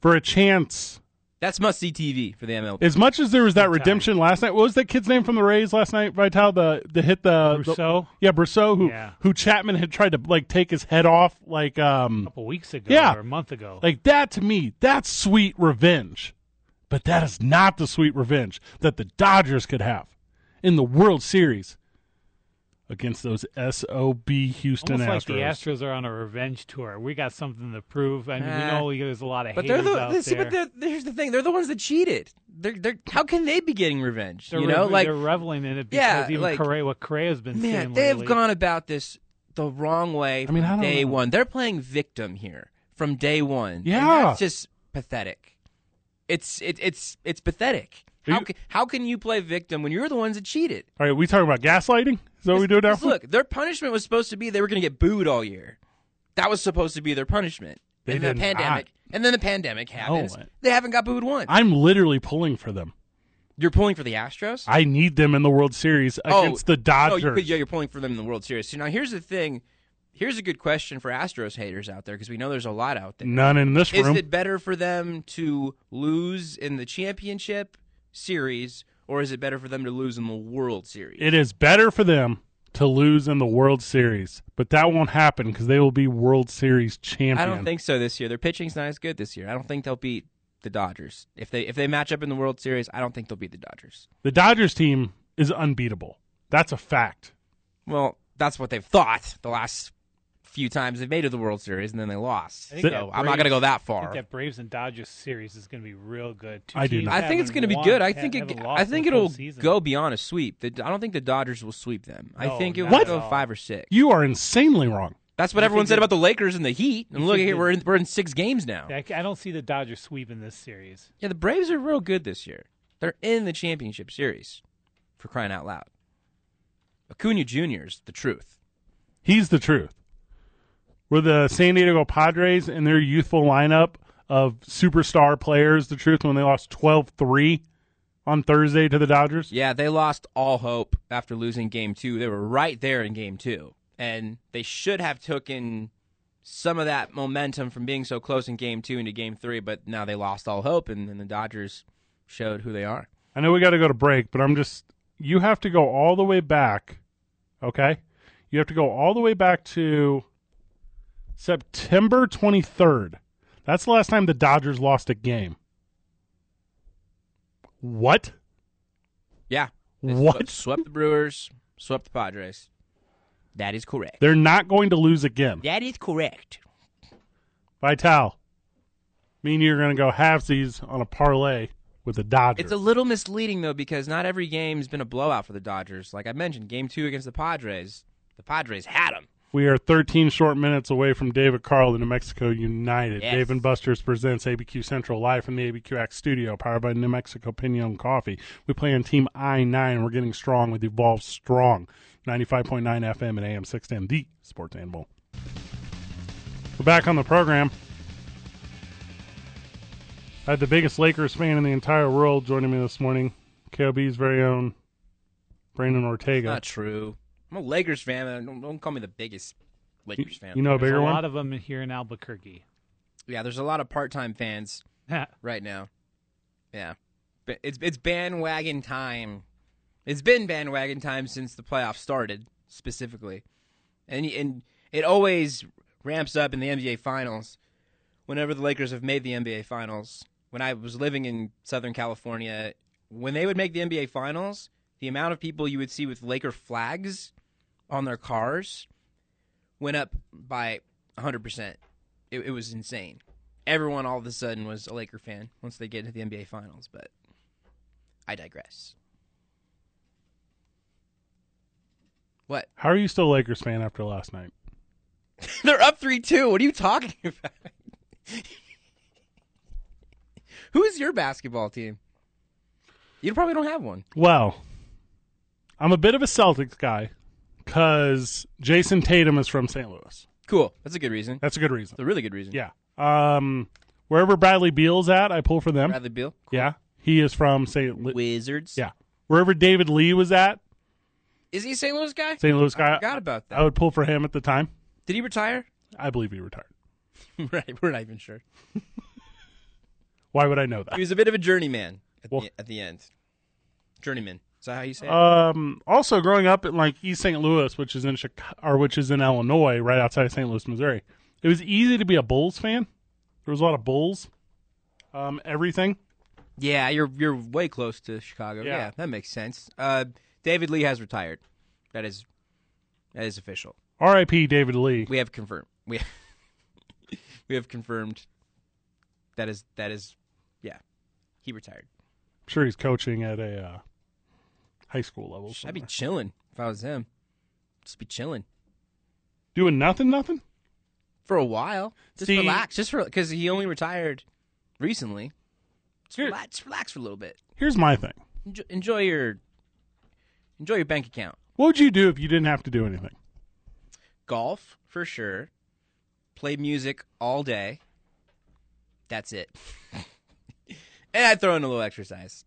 for a chance.
That's must see TV for the MLB.
As much as there was that redemption last night, what was that kid's name from the Rays last night? Vital the the hit the, the-
Rousseau
yeah Brousseau who
Yeah.
who Chapman had tried to like take his head off like
a
um
couple weeks ago
Yeah.
or a month ago.
like that to me that's sweet revenge, but that is not the sweet revenge that the Dodgers could have in the World Series against those sob Houston
Almost like
Astros.
the Astros are on a revenge tour. We got something to prove. I mean,
Ah.
we know there's a lot of
but they're
haters
the
out
they- see,
there.
but they're, here's the thing. They're the ones that cheated. They're they're how can they be getting revenge?
They're
you know,
rev-
like
they're reveling in it
Yeah,
because even
like-
Correa, what Correa's been
man,
saying
they have
lately.
gone about this the wrong way.
I mean, I
from
don't
day
know.
one. They're playing victim here from day one. and
Yeah.
that's just pathetic. It's it, it's it's pathetic.
Are
How
you-
can, how can you play victim when you're the ones that cheated?
All right, we talking about gaslighting? Is that what we do now?
Because Look, their punishment was supposed to be they were going to get booed all year. That was supposed to be their punishment.
They
and the
did not.
pandemic, and then the pandemic happens.
it.
They haven't got booed once.
I'm literally pulling for them.
You're pulling for the Astros.
I need them in the World Series against the
Oh, you-
Dodgers.
yeah, you're pulling for them in the World Series. So now here's the thing. Here's a good question for Astros haters out there because we know there's a lot out there.
None in this
Is
room.
it better for them to lose in the championship series, or is it better for them to lose in the World Series?
it is better for them to lose in the World Series, but that won't happen because they will be World Series champion.
I don't think so this year. Their pitching's not as good this year. I don't think they'll beat the Dodgers if they if they match up in the World Series. I don't think they'll beat the Dodgers.
the Dodgers team is unbeatable. That's a fact.
Well, that's what they've thought the last few times they've made it to the World Series, and then they lost.
I think
So
that
I'm not
Braves-
going to go that
I
far.
think that Braves and Dodgers series is going to be real good. Two
I do
teams
not.
I think it's
haven't
going to be
won-
good. I
haven't-
think it,
haven't lost
I think
in
it'll
postseason.
go beyond a sweep. The, I don't think the Dodgers will sweep them. I
No,
think it
not
will
at
go
all.
five or six.
You are insanely wrong.
That's what everyone said about the Lakers and the Heat. And look
think
here,
that-
we're in, we're in six games now.
I, I don't see the Dodgers sweeping this series.
Yeah, the Braves are real good this year. They're in the championship series, for crying out loud. Acuna Jr. is the truth.
He's the truth. Were the San Diego Padres and their youthful lineup of superstar players the truth when they lost 12 3 on Thursday to the Dodgers?
Yeah, they lost all hope after losing game two. They were right there in game two, and they should have taken some of that momentum from being so close in game two into game three. But now they lost all hope, and, and the Dodgers showed who they are.
I know we got to go to break, but I'm just, you have to go all the way back, okay? You have to go all the way back to September 23rd. That's the last time the Dodgers lost a game. What?
Yeah. They
What?
Swept, swept the Brewers, swept the Padres. That is correct.
They're not going to lose again.
That is correct.
Vital, me and you are going to go halvesies on a parlay with the Dodgers.
It's a little misleading though because not every game's been a blowout for the Dodgers. Like I mentioned, game 2 against the Padres, the Padres had them.
we are 13 short minutes away from David Carl and New Mexico United.
Yes.
Dave and Buster's presents ABQ Central live from the ABQ Act studio, powered by New Mexico Pinon Coffee. We play on Team I-9. We're getting strong with Evolve Strong, 95.9 FM and AM 610, the sports animal. We're back on the program. I had the biggest Lakers fan in the entire world joining me this morning. KOB's very own Brandon Ortega.
Not true. I'm a Lakers fan. and Don't, don't call me the biggest Lakers fan.
you know a
There's
bigger
a
one?
lot of them here in Albuquerque.
yeah, there's a lot of part-time fans right now. Yeah, Ba- it's it's bandwagon time. It's been bandwagon time since the playoffs started, specifically, and and it always ramps up in the NBA Finals. Whenever the Lakers have made the NBA Finals, when I was living in Southern California, when they would make the NBA Finals, the amount of people you would see with Laker flags on their cars went up by 100%. It, it was insane everyone all of a sudden was a Laker fan once they get into the NBA Finals, but I digress. What?
How are you still a Lakers fan after last night?
They're up 3 2. What are you talking about? Who is your basketball team? You probably don't have one.
Well, I'm a bit of a Celtics guy because Jason Tatum is from St. Louis.
Cool. That's a good reason.
That's a good reason.
That's a really good reason.
Yeah. Um, wherever Bradley Beal's at, I pull for them.
Bradley Beal.
Yeah. He is from St. Louis.
Wizards.
Yeah. Wherever David Lee was at,
Is he a St. Louis guy?
St. Louis
I
guy,
forgot about that.
I would pull for him at the time.
Did he retire?
I believe he retired.
right. We're not even sure.
Why would I know
He
that?
was a bit of a journeyman at,
Well-
the, at the end. Journeyman. Is that how you say it?
Um, also, growing up in like East St. Louis, which is in Chicago, or which is in Illinois, right outside of St. Louis, Missouri, it was easy to be a Bulls fan. There was a lot of Bulls. Um, everything.
Yeah, you're you're way close to Chicago.
Yeah.
Yeah, that makes sense. Uh, David Lee has retired. That is that is official.
R.I.P. David Lee.
We have confirmed. We have, we have confirmed. That is that is yeah. He retired.
I'm sure he's coaching at a uh, high school level.
I'd be
somewhere.
chilling if I was him. Just be chilling
doing nothing, nothing.
for a while. Just
See-
relax. Just for because he only retired recently. Just
Here-
relax, just relax for a little bit.
Here's my thing.
Enjoy, enjoy your enjoy your bank account.
What would you do if you didn't have to do anything?
golf for sure, play music all day. That's it. and I throw in a little exercise.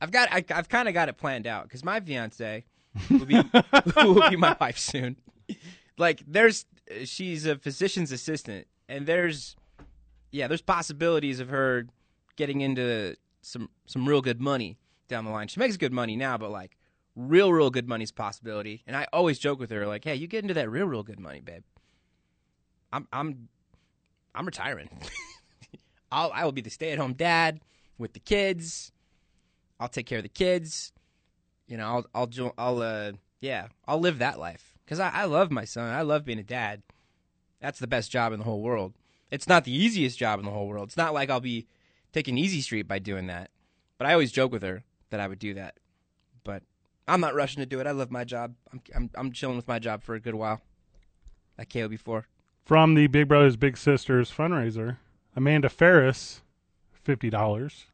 I've got I, I've kind of got it planned out because my fiance will be will be my wife soon. Like there's she's a physician's assistant and there's yeah there's possibilities of her getting into some some real good money down the line. She makes good money now, but like real real good money's a possibility. And I always joke with her like, "Hey, you get into that real real good money, babe. I'm I'm I'm retiring. I'll I will be the stay at home dad with the kids. I'll take care of the kids. You know, I'll I'll jo- I'll uh yeah, I'll live that life because I, I love my son. I love being a dad. That's the best job in the whole world. It's not the easiest job in the whole world. It's not like I'll be taking easy street by doing that. But I always joke with her that I would do that. But I'm not rushing to do it. I love my job. I'm I'm, I'm chilling with my job for a good while. Like KOB four.
From the Big Brothers Big Sisters fundraiser, Amanda Ferris, fifty dollars.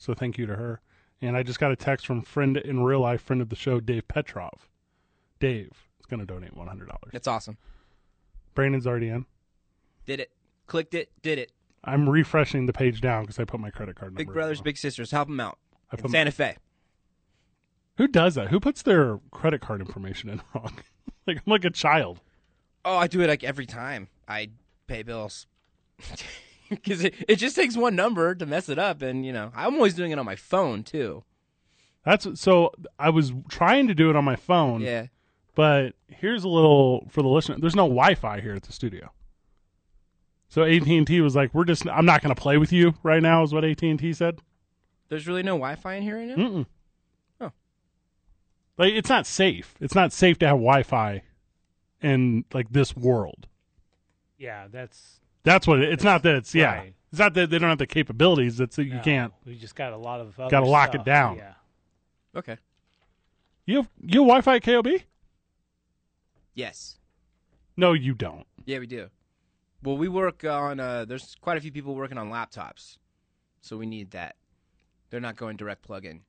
So thank you to her. And I just got a text from friend in real life, friend of the show, Dave Petrov. Dave is going to donate one hundred dollars.
That's awesome.
Brandon's already in.
Did it. Clicked it. Did it.
I'm refreshing the page down because I put my credit card number.
Big
in
brothers,
wrong.
big sisters, help them out.
I
In
put-
Santa Fe.
Who does that? Who puts their credit card information in wrong? like I'm like a child.
Oh, I do it like every time I pay bills. Because it, it just takes one number to mess it up, and you know I'm always doing it on my phone too.
That's so. I was trying to do it on my phone,
Yeah,
But here's a little for the listener. There's no Wi-Fi here at the studio, so AT and T was like, "We're just. I'm not going to play with you right now," is what AT and T said.
There's really no Wi-Fi in here right now.
Mm-mm.
Oh.
Like it's not safe. It's not safe to have Wi-Fi in like this world.
Yeah, that's
That's what it, it's not that it's yeah.
Right.
It's not that they don't have the capabilities. It's that you
no,
can't.
We just got a lot of other
Gotta lock it
stuff.
down.
Yeah,
Okay.
You have, you have Wi-Fi at KOB?
Yes.
No, you don't.
Yeah, we do. Well, we work on. Uh, there's quite a few people working on laptops, so we need that. They're not going direct plug-in.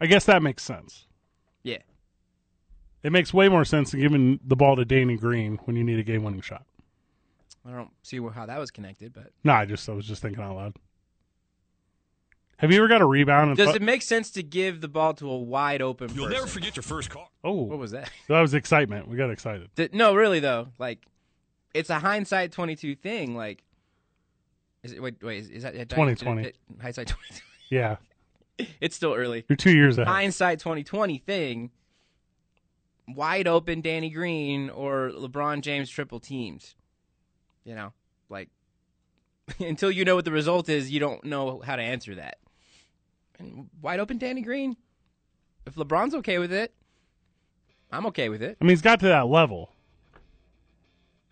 I guess that makes sense.
Yeah.
It makes way more sense than giving the ball to Danny Green when you need a game-winning shot.
I don't see wh- how that was connected, but
No, I just I was just thinking out loud. Have you ever got a rebound? And
does
fu-
it make sense to give the ball to a wide open
You'll
person?
never forget your first car.
What
oh,
was that?
that was excitement. We got excited.
Th- no, really though. Like, it's a hindsight twenty-two thing. Like, is it? Wait, wait. Is, is that did I-
2020.
did it- Hindsight twenty-two.
Yeah,
it's still early.
you're two years ahead.
hindsight 2020 thing wide open Danny Green or LeBron James triple teams. You know, like until you know what the result is, you don't know how to answer that. And wide open Danny Green, if LeBron's okay with it, I'm okay with it.
I mean, he's got to that level.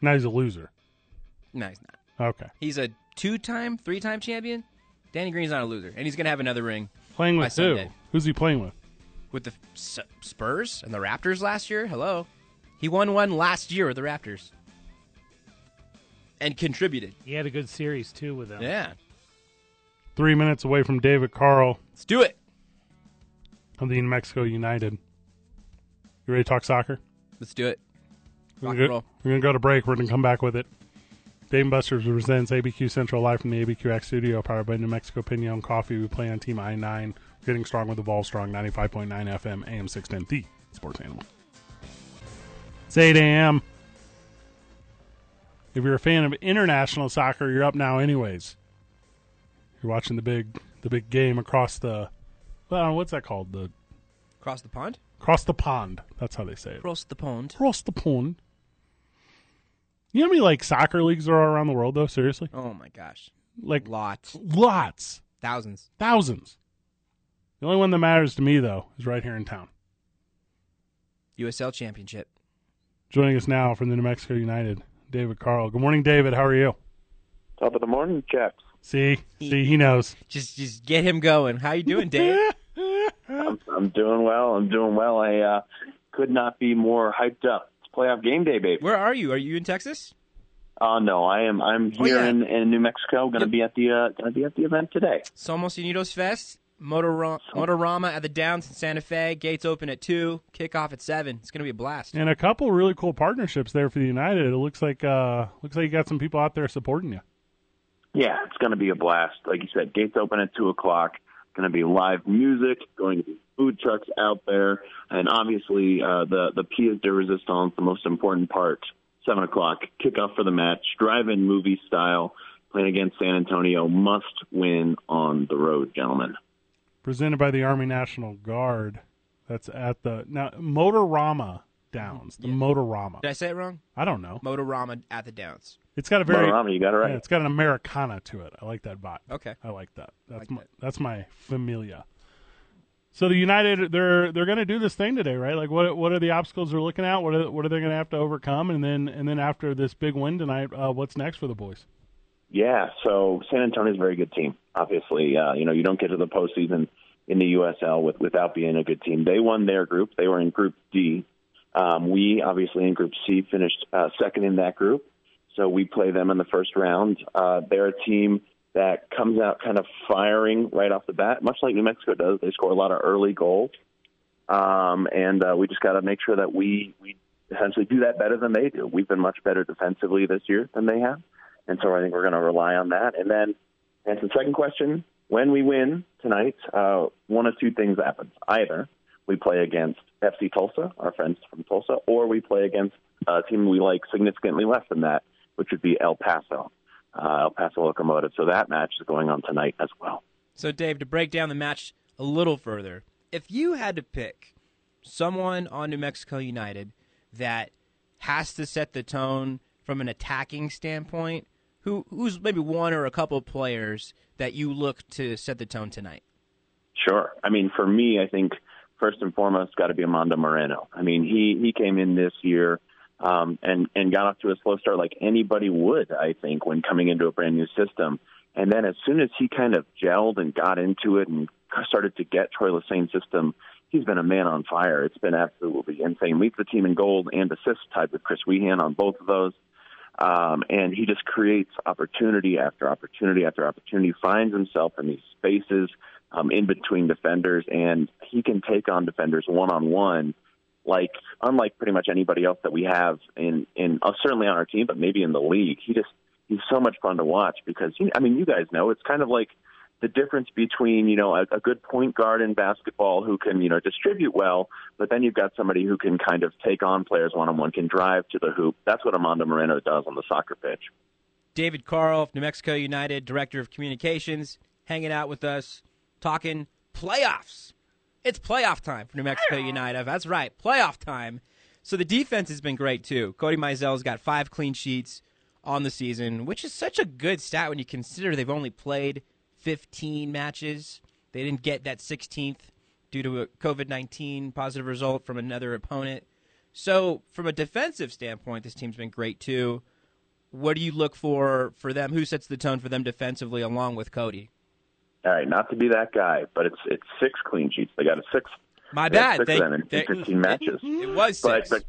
Now he's a loser.
No, he's not.
Okay,
He's a two-time, three-time champion. Danny Green's not a loser, and he's gonna have another ring
playing
By
with who?
Sunday.
Who's he playing with?
with the S- Spurs and the Raptors last year. Hello. He won one last year with the Raptors and contributed.
he had a good series too with them.
Yeah.
Three minutes away from David Carl
Let's do it.
of the New Mexico United. You ready to talk soccer?
Let's do it.
We're
Rock
gonna,
and
go,
roll.
we're gonna go to break. We're gonna come back with it. Dave and Buster's presents ABQ Central live from the ABQX studio, powered by New Mexico Pinion Coffee. We play on Team I nine. Getting strong with the ball, strong ninety five point nine FM, AM six ten, the sports animal. It's eight AM. If you're a fan of international soccer, you're up now, anyways. You're watching the big the big game across the well, what's that called? The
Cross the pond?
across the pond. That's how they say it
Cross the pond.
across the pond. You know how many like soccer leagues there are around the world though? Seriously,
Oh my gosh.
like
Lots.
lots,
Thousands.
thousands. The only one that matters to me though is right here in town.
USL championship.
Joining us now from the New Mexico United, David Carl. Good morning, David. How are you?
Top of the morning, chaps.
See, see, he knows.
Just just get him going. How you doing, Dave?
I'm, I'm doing well. I'm doing well. I uh, could not be more hyped up. It's playoff game day, baby.
Where are you? Are you in Texas?
Oh no, I am. I'm
Oh,
here
yeah.
in, in New Mexico. Going to
Yep.
be at the uh, going to be at the event today.
Somos Unidos Fest. Motorama, Motorama at the Downs in Santa Fe. Gates open at 2. Kickoff at 7. It's going to be a blast.
and a couple really cool partnerships there for the United. It looks like uh looks like you got some people out there supporting you.
Yeah, it's going to be a blast. Like you said, gates open at two o'clock. Going to be live music. Going to be food trucks out there, and obviously uh, the the pièce de résistance, the most important part. Seven o'clock kickoff for the match. Drive-in movie style. Playing against San Antonio, must win on the road, gentlemen.
Presented by the Army National Guard. That's at the now Motorama Downs. The Motorama.
Did I say it wrong?
I don't know.
Motorama at the Downs.
It's got a very
Motorama, you got it right.
yeah, it's got an Americana to it. I like that vibe.
Okay.
I like that. That's
like
my
that.
that's my familia. So the United they're they're going to do this thing today, right? Like what what are the obstacles they're looking at? What are what are they going to have to overcome? And then and then after this big win tonight, uh, what's next for the boys?
Yeah, so San Antonio's a very good team. Obviously, uh, you know you don't get to the postseason in the USL with, without being a good team. They won their group. They were in Group D. Um, we obviously in Group C finished uh, second in that group, so we play them in the first round. Uh, they're a team that comes out kind of firing right off the bat, much like New Mexico does. They score a lot of early goals, um, and uh, we just got to make sure that we we essentially do that better than they do. We've been much better defensively this year than they have. And so I think we're going to rely on that. And then, and to the second question, when we win tonight, uh, one of two things happens. Either we play against FC Tulsa, our friends from Tulsa, or we play against a team we like significantly less than that, which would be El Paso, uh, El Paso Locomotive. So that match is going on tonight as well.
So, Dave, to break down the match a little further, if you had to pick someone on New Mexico United that has to set the tone from an attacking standpoint? Who who's maybe one or a couple players that you look to set the tone tonight?
Sure. I mean, for me, I think first and foremost it's got to be Amanda Moreno. I mean, he he came in this year um, and and got off to a slow start like anybody would, I think, when coming into a brand new system. And then as soon as he kind of gelled and got into it and started to get Troy Lassane's system, he's been a man on fire. It's been absolutely insane. Leads the team in gold and assists, tied with Chris Weehan on both of those. Um, and he just creates opportunity after opportunity after opportunity, finds himself in these spaces um, in between defenders, and he can take on defenders one on one, like unlike pretty much anybody else that we have in in uh, certainly on our team, but maybe in the league. He just he's so much fun to watch because you, I mean you guys know it's kind of like the difference between you know a, a good point guard in basketball who can you know distribute well, but then you've got somebody who can kind of take on players one on one, can drive to the hoop. That's what Armando Moreno does on the soccer pitch.
David Carl, New Mexico United Director of Communications, hanging out with us, talking playoffs. It's playoff time for New Mexico United. That's right, playoff time. So the defense has been great too. Cody Mizell's got five clean sheets on the season, which is such a good stat when you consider they've only played 15 matches. They didn't get that 16th due to a COVID 19 positive result from another opponent. So, from a defensive standpoint, this team's been great too. What do you look for for them? Who sets the tone for them defensively along with Cody?
All right, not to be that guy, but it's it's six clean sheets. They got a six.
My
they got
bad.
Six
They-
of them in
they-
15 matches.
It was
But,
six.
but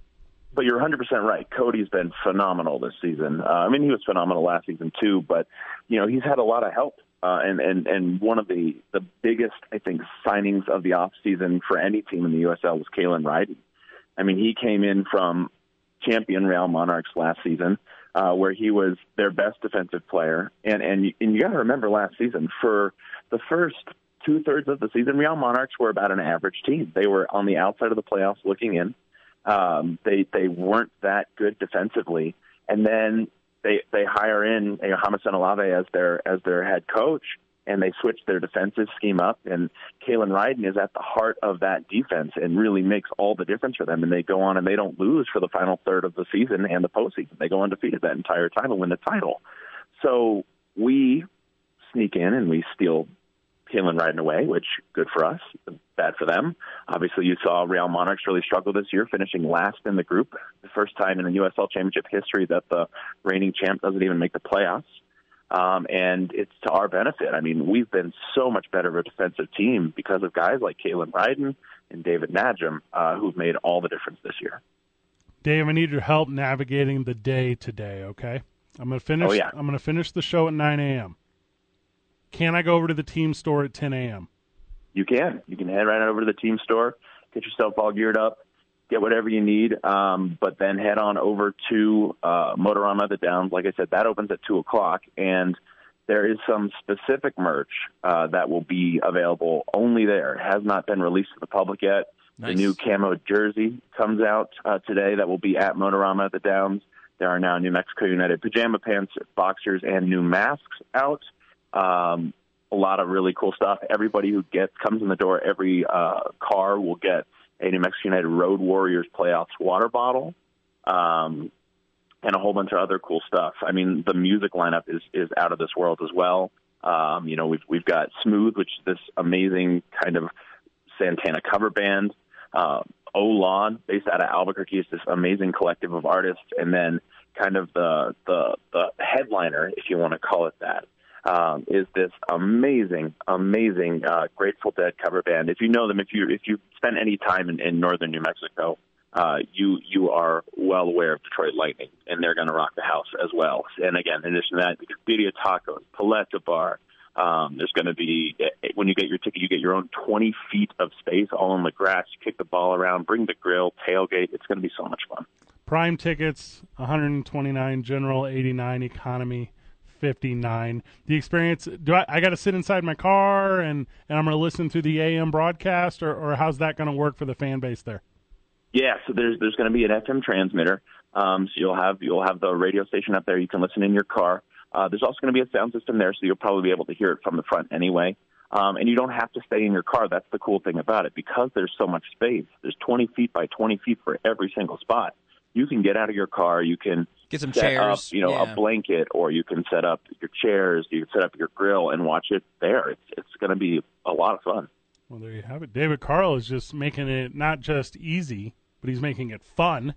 but you're 100 percent right. Cody's been phenomenal this season. Uh, I mean, he was phenomenal last season too. But you know, he's had a lot of help. Uh, and and and one of the the biggest I think signings of the off season for any team in the USL was Kalen Ryden. I mean, he came in from champion Real Monarchs last season, uh, where he was their best defensive player. And and and you got to remember last season for the first two thirds of the season, Real Monarchs were about an average team. They were on the outside of the playoffs, looking in. Um, they they weren't that good defensively, and then they they hire in you know, Hamasan Alave as their as their head coach, and they switch their defensive scheme up. And Kalen Ryden is at the heart of that defense, and really makes all the difference for them. And they go on and they don't lose for the final third of the season and the postseason. They go undefeated that entire time and win the title. So we sneak in and we steal Kalen Ryden away, which good for us, bad for them. Obviously, you saw Real Monarchs really struggle this year, finishing last in the group, the first time in the USL Championship history that the reigning champ doesn't even make the playoffs. Um, and it's to our benefit. I mean, we've been so much better of a defensive team because of guys like Kalen Ryden and David Najum, uh, who've made all the difference this year.
Dave, I need your help navigating the day today. Okay, I'm gonna finish.
Oh, yeah.
I'm gonna finish the show at 9 a.m. Can I go over to the team store at 10 a.m.?
you can. You can head right over to the team store, get yourself all geared up, get whatever you need, um, but then head on over to uh, Motorama the Downs. Like I said, that opens at 2 o'clock, and there is some specific merch uh, that will be available only there. It has not been released to the public yet. The
Nice.
new camo jersey comes out uh, today that will be at Motorama at the Downs. There are now New Mexico United pajama pants, boxers, and new masks out. Um, a lot of really cool stuff. Everybody who gets comes in the door, every uh, car will get a New Mexico United Road Warriors playoffs water bottle. Um, and a whole bunch of other cool stuff. I mean, the music lineup is is out of this world as well. Um, you know, we've we've got Smooth, which is this amazing kind of Santana cover band. Uh, Olon, based out of Albuquerque, is this amazing collective of artists, and then kind of the the, the headliner, if you want to call it that, um, is this amazing, amazing uh, Grateful Dead cover band. If you know them, if you if you spent any time in, in northern New Mexico, uh, you you are well aware of Detroit Lightning, and they're going to rock the house as well. And again, in addition to that, the Capidia Tacos, Paleta Bar. Um, there's going to be eh, when you get your ticket, you get your own 20 feet of space all in the grass. You kick the ball around, bring the grill, tailgate. It's going to be so much fun.
Prime tickets 129, general 89, economy 59. The experience. Do I? I got to sit inside my car and and I'm gonna listen to the AM broadcast, or or how's that gonna work for the fan base there?
Yeah, so there's there's going to be an FM transmitter. Um, so you'll have you'll have the radio station up there. You can listen in your car. Uh, there's also going to be a sound system there, so you'll probably be able to hear it from the front anyway. Um, and you don't have to stay in your car. That's the cool thing about it because there's so much space. There's 20 feet by 20 feet for every single spot. you can get out of your car, you can
Get some
set
chairs.
up, you know,
yeah.
a blanket, or you can set up your chairs, you can set up your grill and watch it there. It's it's going to be a lot of fun.
Well, there you have it. David Carl is just making it not just easy, but he's making it fun.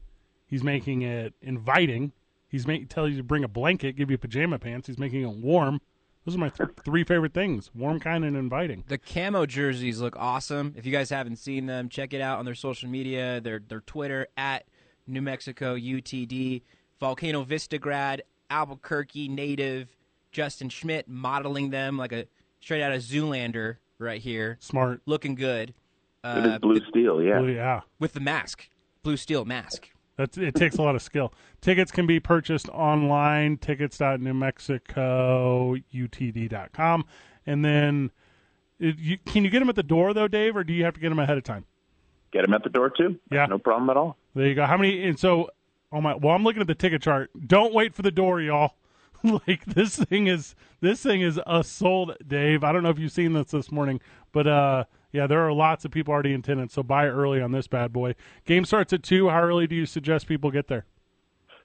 He's making it inviting. He's make, tell you to bring a blanket, give you pajama pants. He's making it warm. Those are my th- three favorite things: warm, kind, and inviting.
The camo jerseys look awesome. If you guys haven't seen them, check it out on their social media, their their Twitter at New Mexico UTD, Volcano Vista grad, Albuquerque native, Justin Schmidt modeling them like a straight out of Zoolander right here,
Smart.
looking good
It is
uh,
blue steel, yeah.
Well, yeah.
with the mask, blue steel mask.
That's, it takes a lot of skill. Tickets can be purchased online, tickets.newmexicoutd.com. And then, it, you, can you get them at the door, though, Dave, or do you have to get them ahead of time?
Get them at the door too.
Yeah.
no problem at all.
There you go. How many? And so, oh my! Well, I'm looking at the ticket chart. Don't wait for the door, y'all. like this thing is this thing is a sold, Dave. I don't know if you've seen this this morning, but uh, yeah, there are lots of people already in attendance. So buy early on this bad boy. Game starts at two. How early do you suggest people get there?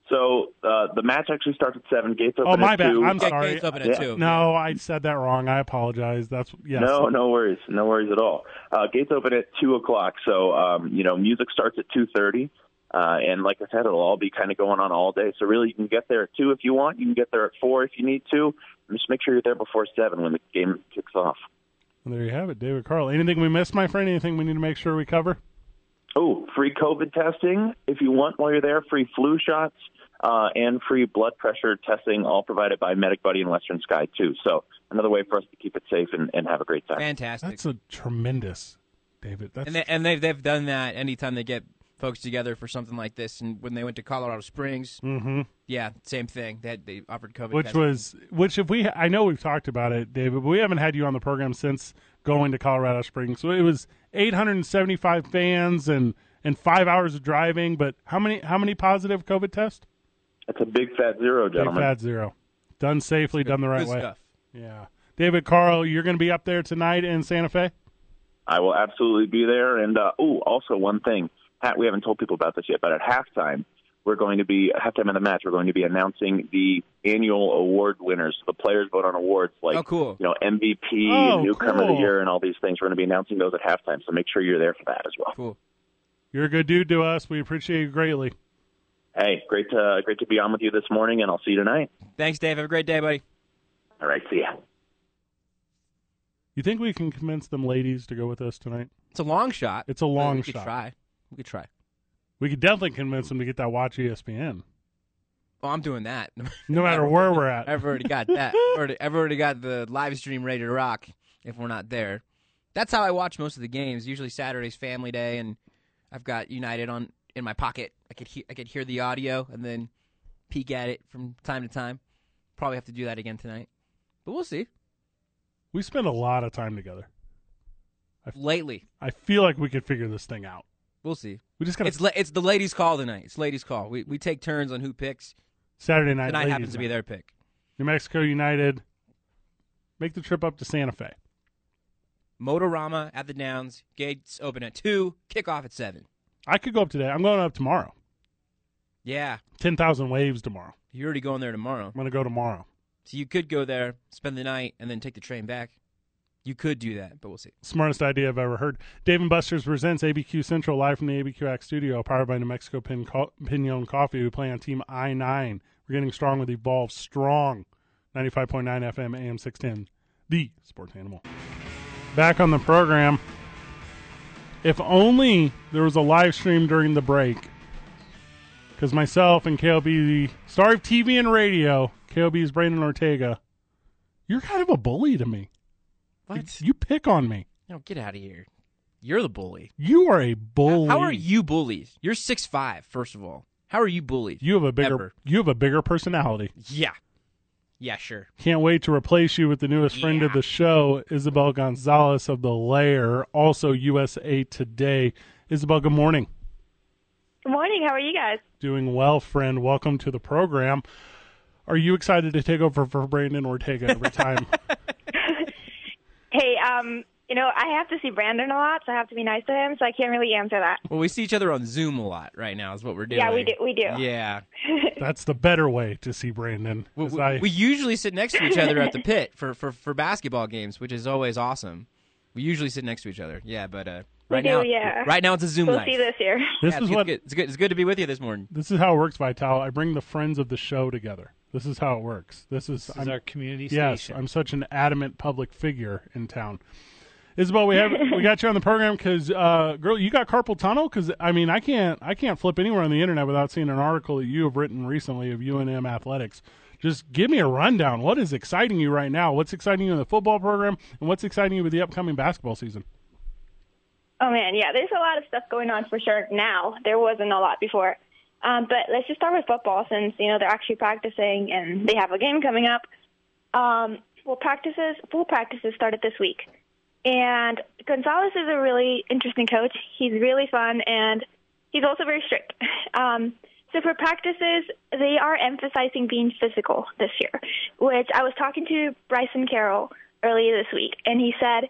So uh, the match actually starts at seven. Gates open
Oh, my
at
bad.
two.
I'm
Yeah,
Sorry.
gates open at
Yeah.
two.
No, I said that wrong. I apologize. That's yes.
No, no worries, no worries at all. Uh, gates open at two o'clock, so um, you know music starts at two thirty, uh, and like I said, it'll all be kind of going on all day. So really, you can get there at two if you want. You can get there at four if you need to. Just make sure you're there before seven when the game kicks off.
Well, there you have it, David Carl. Anything we missed, my friend? Anything we need to make sure we cover?
Oh, free COVID testing if you want while you're there. Free flu shots uh, and free blood pressure testing, all provided by Medic Buddy and Western Sky too. So another way for us to keep it safe and, and have a great time.
Fantastic.
That's a tremendous, David. That's
and they, and they've they've done that anytime they get folks together for something like this. And when they went to Colorado Springs, mm-hmm. yeah, same thing. They had, they offered COVID,
which
testing.
was which if we I know we've talked about it, David, but we haven't had you on the program since going to Colorado Springs. So it was 875 fans and and five hours of driving. But how many how many positive COVID tests?
That's a big fat zero,
Big
gentlemen.
fat zero. Done safely, done the right
good
way.
stuff.
Yeah, David Carl, you're going to be up there tonight in Santa Fe.
I will absolutely be there. And uh, oh, also one thing, Pat, we haven't told people about this yet, but at halftime, we're going to be at halftime of the match. We're going to be announcing the annual award winners. The players vote on awards like
Oh, cool.
you know MVP,
Oh,
newcomer of
cool.
the year, and all these things. We're going to be announcing those at halftime, so make sure you're there for that as well.
Cool.
You're a good dude to us. We appreciate you greatly.
Hey, great to great to be on with you this morning, and I'll see you tonight.
Thanks, Dave. Have a great day, buddy.
All right, see ya.
You think we can convince them ladies to go with us tonight?
It's a long shot.
It's a
but
long
we Could
shot.
try. We could try.
We could definitely convince them to get that watch E ESPN.
Oh, I'm doing that.
No matter where we're at,
I've already got that. I've already, I've already got the live stream ready to rock. If we're not there, that's how I watch most of the games. Usually Saturday's family day, and I've got United on in my pocket. I could hear I could hear the audio and then peek at it from time to time. Probably have to do that again tonight, but we'll see.
we spend a lot of time together.
Lately,
I feel like we could figure this thing out.
we'll see.
We just got
It's
to
la- it's the ladies' call tonight. It's ladies' call. We we take turns on who picks.
Saturday night.
Tonight
ladies
happens to be
night.
their pick.
New Mexico United. Make the trip up to Santa Fe.
Motorama at the Downs. Gates open at two. Kickoff at seven.
I could go up today. I'm going up tomorrow.
Yeah,
Ten thousand waves tomorrow.
you're already going there tomorrow.
I'm gonna go tomorrow.
So you could go there, spend the night, and then take the train back. You could do that, but we'll see.
Smartest idea I've ever heard. Dave and Buster's presents ABQ Central live from the ABQ Act Studio, powered by New Mexico Pin- Co- Pinon Coffee. We play on Team I nine. We're getting strong with Evolve Strong, ninety five point nine FM, AM six ten, the Sports Animal. Back on the program. If only there was a live stream during the break, because myself and KLB, the star of TV and radio, KLB's Brandon Ortega, you're kind of a bully to me.
What?
You pick on me.
No, get out of here. You're the bully.
You are a bully.
How are you bullied? You're six five, first of all. How are you bullied?
You have a bigger.
Ever.
You have a bigger personality.
Yeah. Yeah, sure.
Can't wait to replace you with the newest friend of the show, Isabel Gonzalez of the Lair, also USA Today. Isabel, good morning.
Good morning. How are you guys?
Doing well, friend. Welcome to the program. Are you excited to take over for Brandon Ortega every time?
Hey, um, You know, I have to see Brandon a lot, so I have to be nice to him. So I can't really answer that.
Well, we see each other on Zoom a lot right now. Is what we're doing.
Yeah, we do. We do.
Yeah,
That's the better way to see Brandon.
we,
'cause
we-
I-
we usually sit next to each other at the pit for, for, for basketball games, which is always awesome. We usually sit next to each other. Yeah, but uh, right
do,
now,
yeah.
right now it's a Zoom
We'll
life.
see this year.
this
Yeah,
is
it's,
what
good, it's good. It's good to be with you this morning.
this is how it works, Vital. I bring the friends of the show together. This is how it works. This is,
This
I'm-
is our community
yes,
station.
I'm such an adamant public figure in town. Isabel, we have we got you on the program because, uh, girl, you got carpal tunnel. Because I mean, I can't I can't flip anywhere on the internet without seeing an article that you have written recently of UNM athletics. Just give me a rundown. What is exciting you right now? What's exciting you in the football program, and what's exciting you with the upcoming basketball season?
Oh man, yeah. There's a lot of stuff going on for sure now. There wasn't a lot before. Um, but let's just start with football since you know they're actually practicing and they have a game coming up. Um, well, practices, full practices started this week, and Gonzalez is a really interesting coach. He's really fun and he's also very strict. Um, so for practices, they are emphasizing being physical this year, which I was talking to Bryson Carroll earlier this week, and he said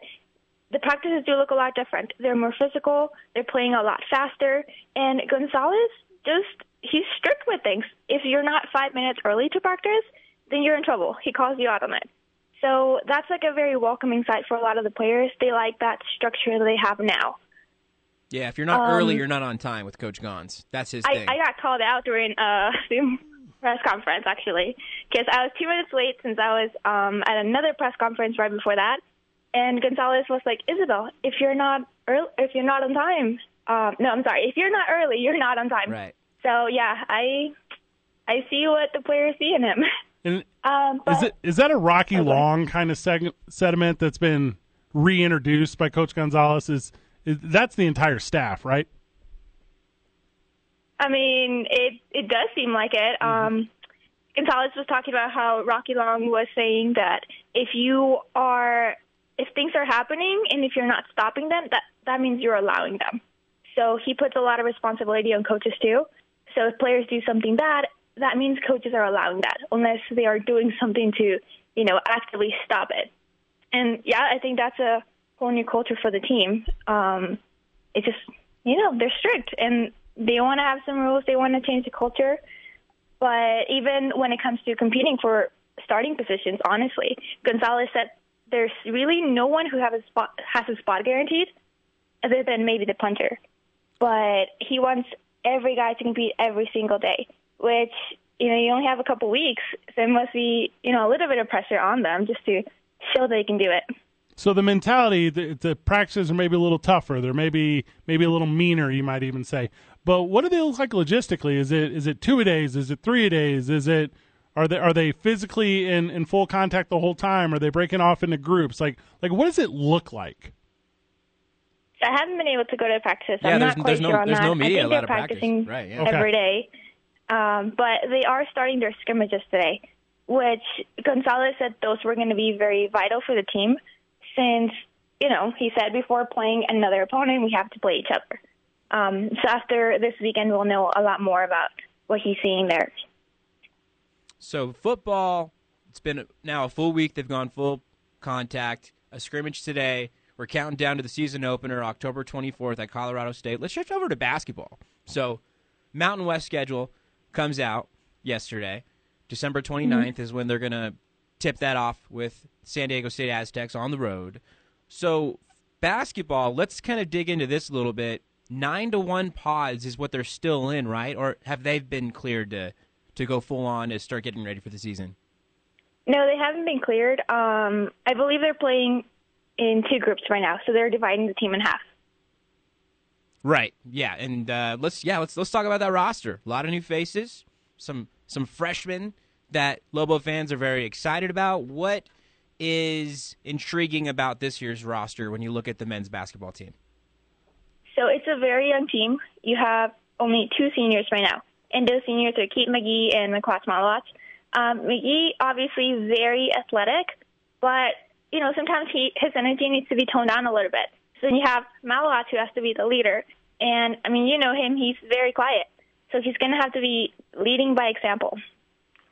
the practices do look a lot different. They're more physical. They're playing a lot faster. And Gonzalez just he's strict with things. If you're not five minutes early to practice, then you're in trouble. He calls you out on it. So that's like a very welcoming sight for a lot of the players. They like that structure that they have now.
Yeah, if you're not early, you're not on time with Coach Gons. That's his
Um, I,
thing.
I got called out during a Zoom press conference actually because I was two minutes late since I was um, at another press conference right before that, and Gonzalez was like, "Isabel, if you're not early, if you're not on time, um, no, I'm sorry, if you're not early, you're not on time."
right.
So yeah, I I see what the players see in him.
And
Um, but
Is it is that a Rocky Long kind of seg- sediment that's been reintroduced by Coach Gonzalez? Is, is that's the entire staff, right?
I mean, it it does seem like it. Um, Gonzalez was talking about how Rocky Long was saying that if you are if things are happening and if you're not stopping them, that that means you're allowing them. So he puts a lot of responsibility on coaches too. So if players do something bad, that means coaches are allowing that unless they are doing something to, you know, actively stop it. And yeah, I think that's a whole new culture for the team. Um, it's just you know they're strict and they want to have some rules they want to change the culture but even when it comes to competing for starting positions honestly gonzalez said there's really no one who have a spot has a spot guaranteed other than maybe the punter but he wants every guy to compete every single day which you know you only have a couple weeks so there must be you know a little bit of pressure on them just to show they can do it
So the mentality, the, the practices are maybe a little tougher. They're maybe maybe a little meaner, you might even say. But what do they look like logistically? Is it is it two a days? Is it three a days? Is it are they are they physically in, in full contact the whole time? Are they breaking off into groups? Like like what does it look like?
I haven't been able to go to practices.
Yeah,
I'm
there's-
not quite
there's no-
sure on
there's
that.
no media
I think
allowed at
they're
practice.
practicing
Right, yeah.
Okay.
every day, um, but they are starting their scrimmages today, which Gonzalez said those were going to be very vital for the team, since you know he said before playing another opponent we have to play each other. Um, so after this weekend, we'll know a lot more about what he's seeing there.
So football, it's been now a full week. They've gone full contact. A scrimmage today. We're counting down to the season opener, October 24th at Colorado State. Let's shift over to basketball. So, Mountain West schedule comes out yesterday. December
Mm-hmm.
29th is when they're going to tip that off with San Diego State Aztecs on the road. So, basketball, let's kind of dig into this a little bit. 9 to 1 pods is what they're still in, right? Or have they been cleared to to go full on and start getting ready for the season?
No, they haven't been cleared. Um, I believe they're playing in two groups right now, so they're dividing the team in half.
Right. Yeah, and uh, let's yeah, let's let's talk about that roster. A lot of new faces, some some freshmen that Lobo fans are very excited about. What is intriguing about this year's roster when you look at the men's basketball team?
So it's a very young team. You have only two seniors right now, and those seniors are Keith McGee and McQuas Malawat. Um, McGee, obviously, very athletic, but you know sometimes he his energy needs to be toned down a little bit. So then you have Malawat who has to be the leader, and I mean you know him; he's very quiet. So he's going to have to be leading by example,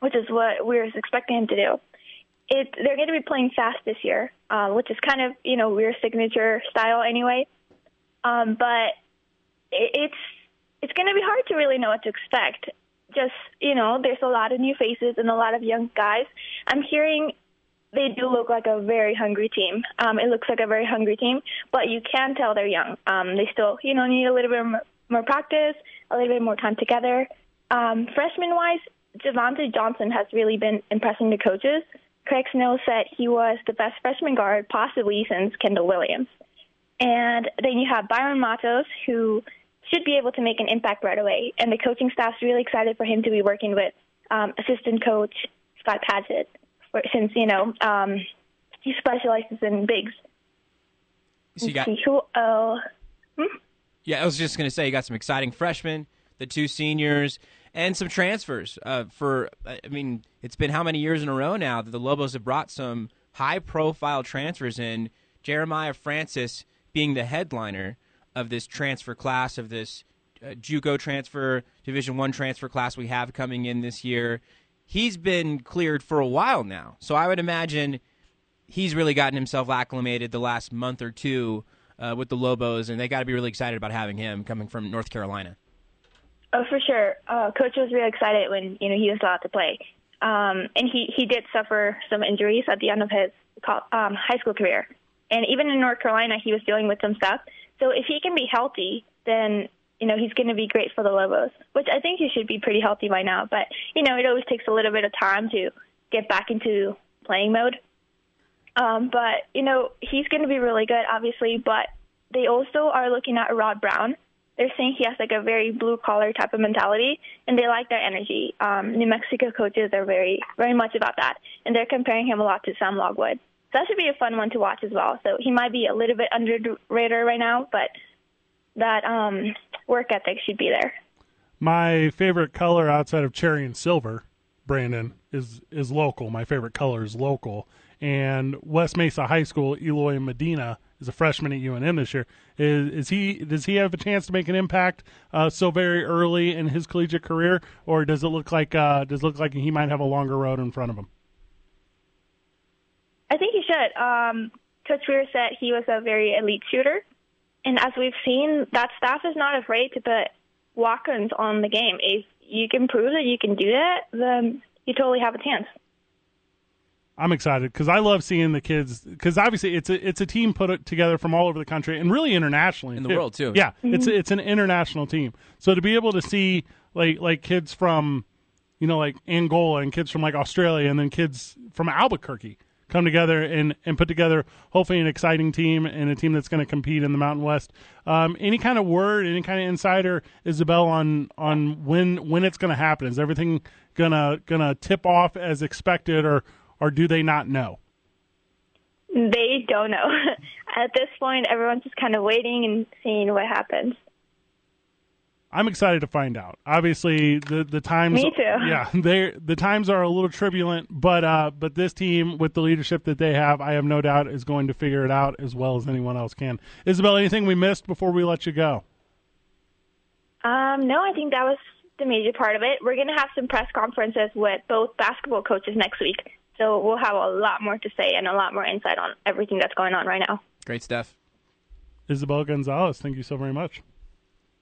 which is what we're expecting him to do. it they're going to be playing fast this year, uh, which is kind of you know weird signature style anyway. Um, but it, it's it's going to be hard to really know what to expect. Just you know, there's a lot of new faces and a lot of young guys. I'm hearing they do look like a very hungry team. Um, it looks like a very hungry team, but you can tell they're young. Um, they still, you know, need a little bit more, more practice, a little bit more time together. Um, freshman wise, Javante Johnson has really been impressing the coaches. Craig Snow said he was the best freshman guard possibly since Kendall Williams. And then you have Byron Matos, who should be able to make an impact right away. And the coaching staff's really excited for him to be working with um, assistant coach Scott Padgett, for, since you know um, he specializes in bigs.
So you got
Let's see, who else?
Yeah, I was just going to say you got some exciting freshmen, the two seniors, and some transfers. Uh, for I mean, it's been how many years in a row now that the Lobos have brought some high-profile transfers in. Jeremiah Francis being the headliner of this transfer class of this uh, JUCO transfer, Division One transfer class we have coming in this year. He's been cleared for a while now, so I would imagine he's really gotten himself acclimated the last month or two uh, with the Lobos, and they got to be really excited about having him coming from North Carolina.
Oh, for sure. Uh, Coach was really excited when you know he was allowed to play, um, and he he did suffer some injuries at the end of his col- um, high school career, and even in North Carolina he was dealing with some stuff. So if he can be healthy, then you know he's going to be great for the Lobos, which I think he should be pretty healthy by now. But you know it always takes a little bit of time to get back into playing mode. Um, but you know he's going to be really good, obviously. But they also are looking at Rod Brown. They're saying he has like a very blue collar type of mentality, and they like their energy. Um, New Mexico coaches are very very much about that, and they're comparing him a lot to Sam Logwood. So that should be a fun one to watch as well. So he might be a little bit under the radar right now, but that um, work ethic should be there.
My favorite color outside of cherry and silver, Brandon, is is local. My favorite color is local. And West Mesa High School, Eloy Medina is a freshman at UNM this year. Is, is he does he have a chance to make an impact uh, so very early in his collegiate career, or does it look like uh, does it look like he might have a longer road in front of him?
I think he should. Um, Coach Weir said he was a very elite shooter, and as we've seen, that staff is not afraid to put walk-ons on the game. If you can prove that you can do that, then you totally have a chance.
I'm excited because I love seeing the kids because obviously it's a it's a team put it together from all over the country and really internationally
In the world, too.
Yeah, it's it's an international team. So to be able to see like like kids from you know like Angola and kids from like Australia and then kids from Albuquerque come together and and put together hopefully an exciting team and a team that's going to compete in the Mountain West. Um, any kind of word, any kind of insider, Isabel on on when when it's going to happen? Is everything gonna gonna tip off as expected or or do they not know?
They don't know. At this point, everyone's just kind of waiting and seeing what happens.
I'm excited to find out. Obviously, the the times
Me too.
yeah, they the times are a little turbulent, but uh, but this team with the leadership that they have, I have no doubt is going to figure it out as well as anyone else can. Isabel, anything we missed before we let you go?
Um, no, I think that was the major part of it. We're going to have some press conferences with both basketball coaches next week, so we'll have a lot more to say and a lot more insight on everything that's going on right now.
Great stuff.
Isabel Gonzalez, thank you so very much.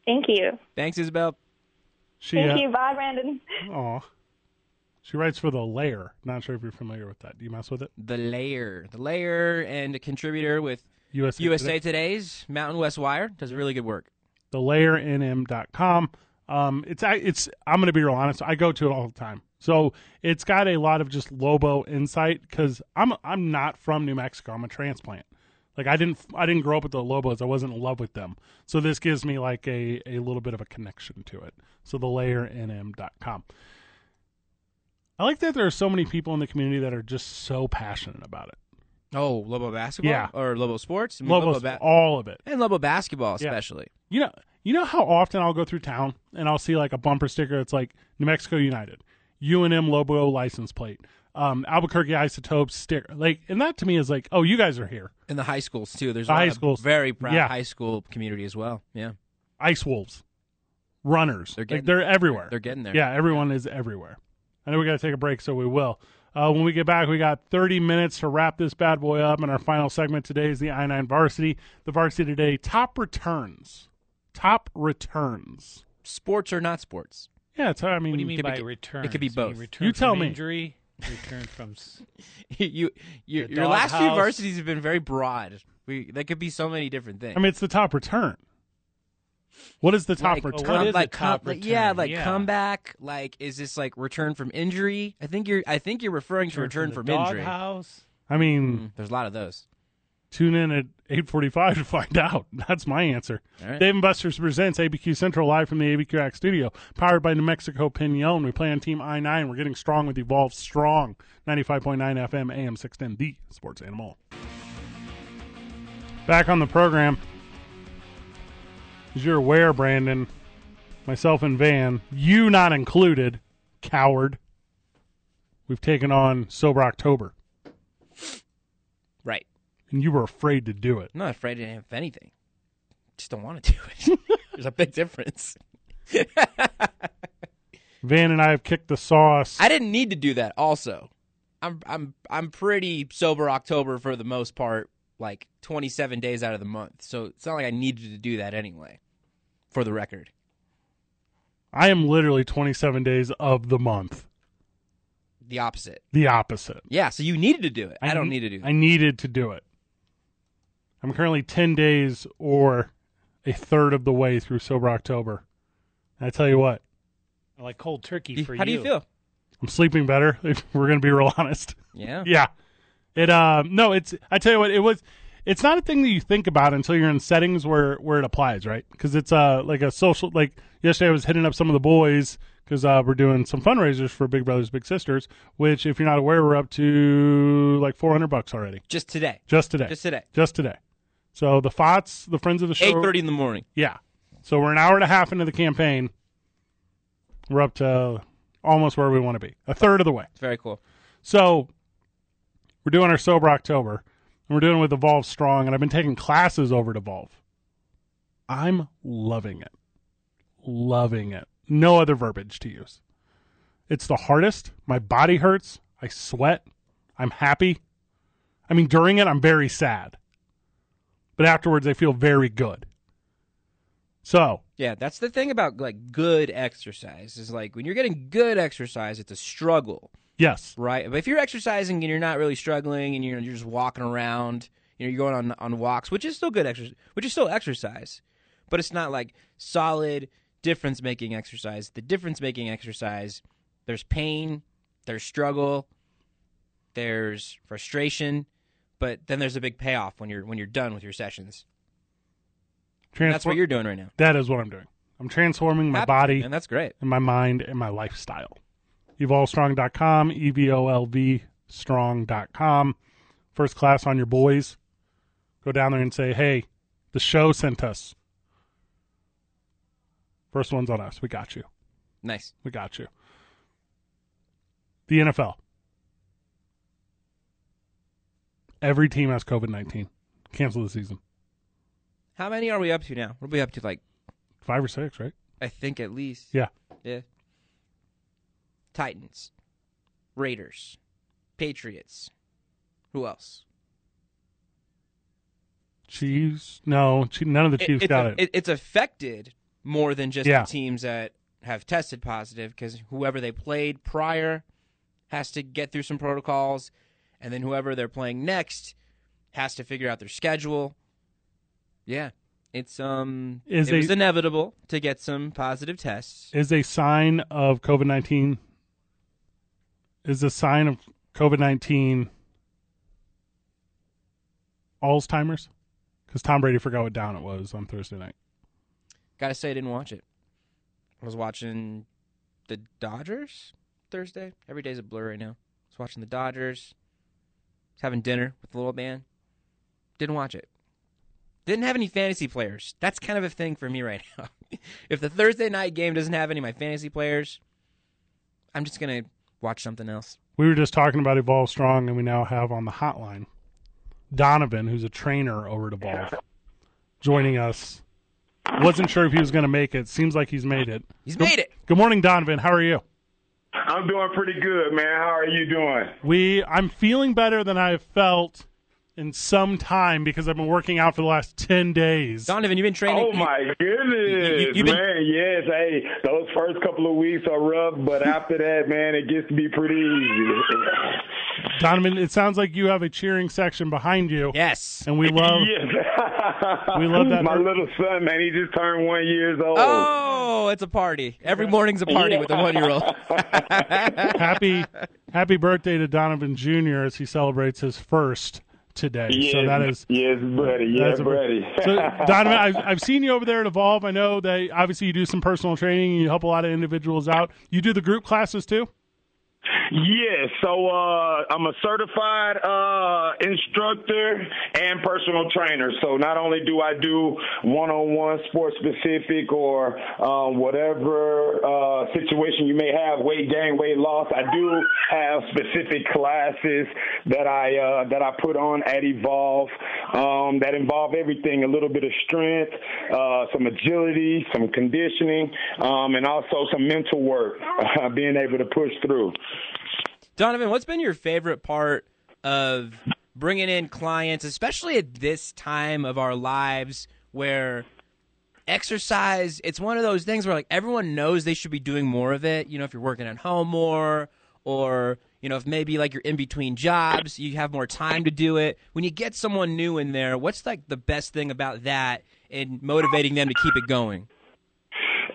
Thank you.
Thanks, Isabel.
She uh,
Thank you. Bye, Brandon.
Aw. She writes for the Lair. Not sure if you're familiar with that. Do you mess with it?
The layer, the layer, and a contributor with
USA
USA
Today.
Today's Mountain West Wire does really good work.
thelayernm.com. Um, it's I- it's I'm going to be real honest. I go to it all the time, so it's got a lot of just Lobo insight because I'm I'm not from New Mexico. I'm a transplant. Like I didn't I didn't grow up with the Lobos. I wasn't in love with them. So this gives me like a a little bit of a connection to it. So thelayernm.com. I like that there are so many people in the community that are just so passionate about it.
Oh, Lobo basketball,
Yeah.
or Lobo sports, I mean,
Lobos,
ba-
all of it.
and Lobo basketball
Yeah.
especially.
You know, you know how often I'll go through town and I'll see like a bumper sticker that's like New Mexico United, UNM Lobo license plate, um, Albuquerque Isotopes sticker. Like, and that to me is like, oh, you guys are here,
And the high schools too. There's
The
a lot
high
of
schools.
very proud
Yeah.
high school community as well. Yeah,
Ice Wolves, runners.
They're
like
getting-
they're everywhere.
they're getting there.
Yeah, everyone is everywhere. I know we got to take a break, so we will. Uh, when we get back, we got 30 minutes to wrap this bad boy up. And our final segment today is the I 9 varsity. The varsity today, top returns. Top returns.
Sports or not sports?
Yeah, it's, I mean,
What do you mean
could be-
by
it could
return?
be both.
return
You tell
from
me.
Injury, return from. s-
you, you
The
your last few
doghouse.
varsities have been very broad. We that could be so many different things.
I mean, it's the top return. What is the top
like,
what
return?
is
com-
the
like,
top
com- like, yeah,
return?
like
Yeah.
comeback. Like, is this like return from injury? I think you're. I think you're referring to return
the
from injury.
doghouse.
I mean,
Mm, There's a lot of those.
Tune in at 8:45 to find out. That's my answer.
All right.
Dave and Buster's presents ABQ Central live from the ABQ Act Studio, powered by New Mexico Pinon. We play on Team I9. We're getting strong with Evolve Strong, 95.9 FM, AM 610, the Sports Animal. Back on the program. As you're aware, Brandon, myself and Van, you not included, coward. We've taken on Sober October,
Right.
and you were afraid to do it.
I'm not afraid of anything. Just don't want to do it. There's a big difference.
Van and I have kicked the sauce.
I didn't need to do that. Also, I'm I'm I'm pretty sober October for the most part, like 27 days out of the month. So it's not like I needed to do that anyway. For the record,
I am literally 27 days of the month.
the opposite.
The opposite.
Yeah. So you needed to do it. I, don't need to do.
I needed to do it. I'm currently 10 days or a third of the way through sober October. And I tell you what,
Like cold turkey
that.
for
How do you feel?
I'm sleeping better. If we're going to be real honest.
Yeah.
yeah. It um no, it's I tell you what, it was it's not a thing that you think about until you're in settings where where it applies, right? Cuz it's uh like a social like yesterday I was hitting up some of the boys cuz uh we're doing some fundraisers for Big Brothers Big Sisters, which if you're not aware we're up to like 400 bucks already
Just today.
just today.
Just today.
Just today. So the FOTS, the friends of the show
8:30 in the morning.
yeah. So we're an hour and a half into the campaign. We're up to almost where we want to be. A third of the way.
It's very cool.
So we're doing our sober October, and we're doing it with Evolve Strong, and I've been taking classes over at Evolve. I'm loving it. Loving it. No other verbiage to use. It's the hardest. My body hurts. I sweat. I'm happy. I mean, during it, I'm very sad. But afterwards, I feel very good. So,
Yeah, that's the thing about like good exercise is like when you're getting good exercise, it's a struggle,
yes.
right? But if you're exercising and you're not really struggling and you're you're just walking around, you know, you're going on on walks, which is still good exercise, which is still exercise, but it's not like solid difference making exercise. The difference making exercise, there's pain, there's struggle, there's frustration, but then there's a big payoff when you're when you're done with your sessions. And that's
Transform-
what you're doing right now.
that is what I'm doing. I'm transforming my
Happy,
body.
and that's great.
and my mind and my lifestyle. EvolveStrong.com, E V O L V strong.com. First class on your boys. Go down there and say, hey, the show sent us. First one's on us. We got you.
Nice.
We got you. The NFL. Every team has COVID 19. Cancel the season.
How many are we up to now? What are we up to? Like,
Five or six, right?
I think at least.
Yeah.
Yeah. Titans, Raiders, Patriots. Who else?
Chiefs? No, Chi- none of the
It-
Chiefs
it's
got
a-
it.
It's affected more than just
Yeah.
the teams that have tested positive because whoever they played prior has to get through some protocols, and then whoever they're playing next has to figure out their schedule. Yeah. It's um
Is
it was
a-
inevitable to get some positive tests.
is a sign of COVID nineteen is a sign of COVID nineteen Alzheimer's because Tom Brady forgot what down it was on Thursday night.
Gotta say, I didn't watch it. I was watching the Dodgers Thursday. Every day's a blur right now. I was watching the Dodgers. Was having dinner with the little man. Didn't watch it. Didn't have any fantasy players. That's kind of a thing for me right now. if the Thursday night game doesn't have any of my fantasy players, I'm just gonna watch something else.
We were just talking about Evolve Strong, and we now have on the hotline Donovan, who's a trainer over at Evolve, joining us. Wasn't sure if he was going to make it. Seems like he's made it.
He's made it.
Good morning, Donovan. How are you?
I'm doing pretty good, man. How are you doing?
We I'm feeling better than I've felt in some time because I've been working out for the last ten days.
Donovan, you've been training.
Oh my goodness,
you- you've been-
man! Yes, hey, those first couple of weeks are rough, but after that, man, it gets to be pretty easy.
Donovan, it sounds like you have a cheering section behind you.
Yes.
And we love
Yes.
Oh. We love that.
My little son, man, he just turned one years old.
Oh, it's a party. Every morning's a party with a one-year-old.
happy happy birthday to Donovan Jr. as he celebrates his first today.
Yes,
so that is
yes, buddy, yes,
That's a-
buddy.
So, Donovan, I've, I've seen you over there at Evolve. I know that obviously you do some personal training. You help a lot of individuals out. You do the group classes too.
Yes, so uh, I'm a certified uh, instructor and personal trainer. So not only do I do one-on-one, sports-specific, or um, whatever uh, situation you may have, weight gain, weight loss, I do have specific classes that I uh, that I put on at Evolve um, that involve everything: a little bit of strength, uh, some agility, some conditioning, um, and also some mental work, being able to push through.
Donovan, what's been your favorite part of bringing in clients, especially at this time of our lives where exercise, it's one of those things where like everyone knows they should be doing more of it. You know, if you're working at home more or, you know, if maybe like you're in between jobs, you have more time to do it. When you get someone new in there, what's like the best thing about that and motivating them to keep it going?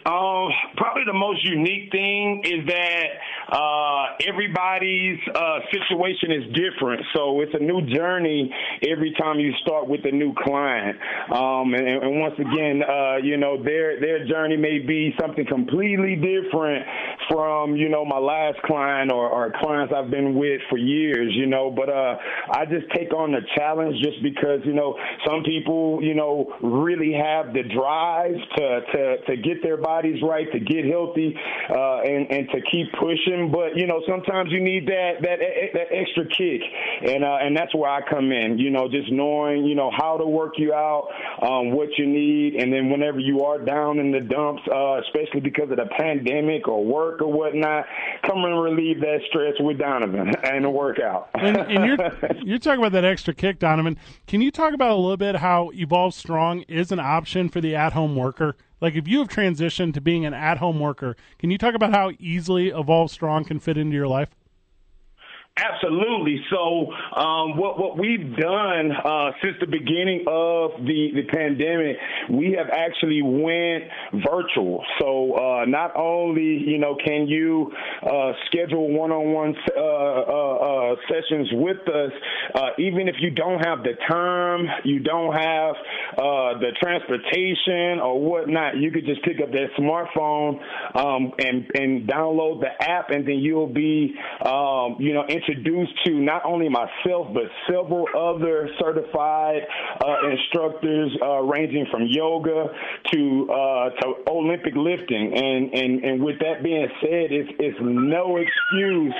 Um, probably the most unique thing is that uh, everybody's uh, situation is different, so it's a new journey every time you start with a new client. Um, and, and once again, uh, you know their their journey may be something completely different from you know my last client or, or clients I've been with for years. You know, but uh, I just take on the challenge just because you know some people you know really have the drive to to to get their bodies right, to get healthy, uh, and and to keep pushing. But you know, sometimes you need that that that extra kick, and uh, and that's where I come in. You know, just knowing you know how to work you out, um, what you need, and then whenever you are down in the dumps, uh, especially because of the pandemic or work or whatnot, come and relieve that stress with Donovan and a workout.
And, and you're you're talking about that extra kick, Donovan. Can you talk about a little bit how Evolve Strong is an option for the at-home worker? Like if you have transitioned to being an at-home worker, can you talk about how easily Evolve Strong can fit into your life?
Absolutely. So, um, what what we've done uh, since the beginning of the the pandemic, we have actually went virtual. So, uh, not only you know can you uh, schedule one on one uh, sessions with us, uh, even if you don't have the time, you don't have uh, the transportation or whatnot, you could just pick up that smartphone um, and and download the app, and then you'll be um, you know introduced to not only myself but several other certified uh, instructors, uh, ranging from yoga to uh, to Olympic lifting. And and and with that being said, it's it's no excuse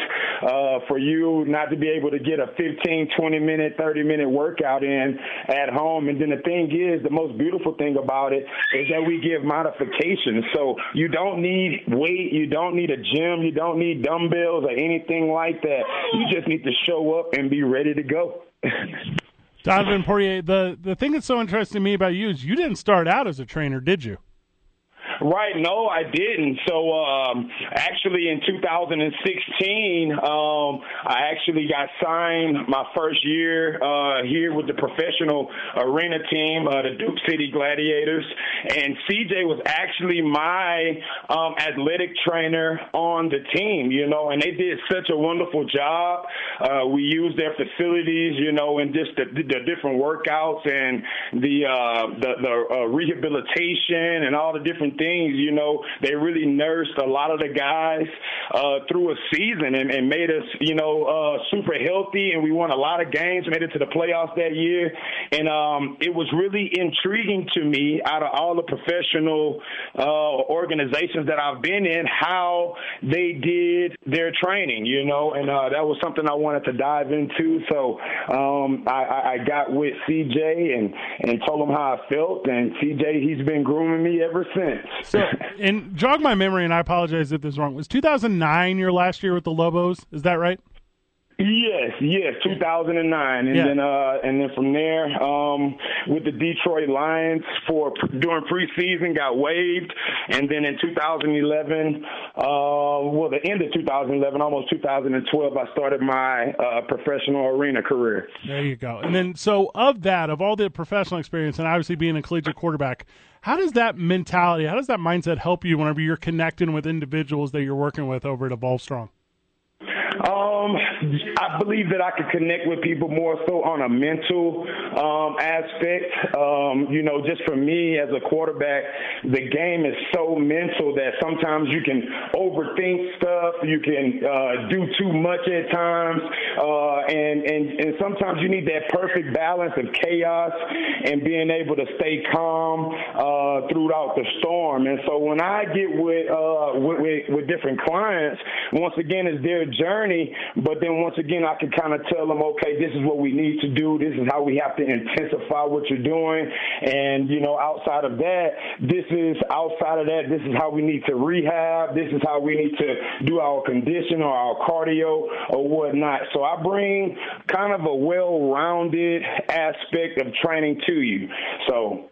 uh, for you not to be able to get a 15, 20 minute, 30 minute workout in at home. And then the thing is, the most beautiful thing about it is that we give modifications. So you don't need weight, you don't need a gym, you don't need dumbbells or anything like that. You just need to show up and be ready to go.
Donovan Poirier, the the thing that's so interesting to me about you is you didn't start out as a trainer, did you?
Right. No, I didn't. So um, actually, in 2016, um, I actually got signed my first year uh, here with the professional arena team, uh, the Duke City Gladiators, and CJ was actually my um, athletic trainer on the team. You know, and they did such a wonderful job. Uh, we used their facilities, you know, and just the, the different workouts and the uh, the, the uh, rehabilitation and all the different things. You know, they really nursed a lot of the guys uh, through a season and, and made us, you know, uh, super healthy. And we won a lot of games, made it to the playoffs that year. And um, it was really intriguing to me out of all the professional uh, organizations that I've been in, how they did their training, you know, and uh, that was something I wanted to dive into. So um, I, I- I got with CJ and, and told him how I felt. And CJ, he's been grooming me ever since.
So, and jog my memory, and I apologize if this is wrong. Was 2019 2009 your last year with the Lobos? Is that right?
Yes, yes, 2009, and
Yeah.
then uh, and then from there um, with the Detroit Lions for during preseason got waived, and then in 2011, uh, well the end of 2011, almost 2012, I started my uh, professional arena career.
There you go. And then, so of that, of all the professional experience, and obviously being a collegiate quarterback, how does that mentality, how does that mindset help you whenever you're connecting with individuals that you're working with over at Evolve Strong?
Um, I believe that I could connect with people more so on a mental um, aspect. Um, you know, just for me as a quarterback, the game is so mental that sometimes you can overthink stuff. You can uh, do too much at times, uh, and and and sometimes you need that perfect balance of chaos and being able to stay calm uh, throughout the storm. And so when I get with uh, with, with, with different clients, once again, it's their journey. But then once again, I can kind of tell them, okay, this is what we need to do. This is how we have to intensify what you're doing. And you know, outside of that, this is outside of that. This is how we need to rehab. This is how we need to do our condition or our cardio or whatnot. So I bring kind of a well-rounded aspect of training to you. So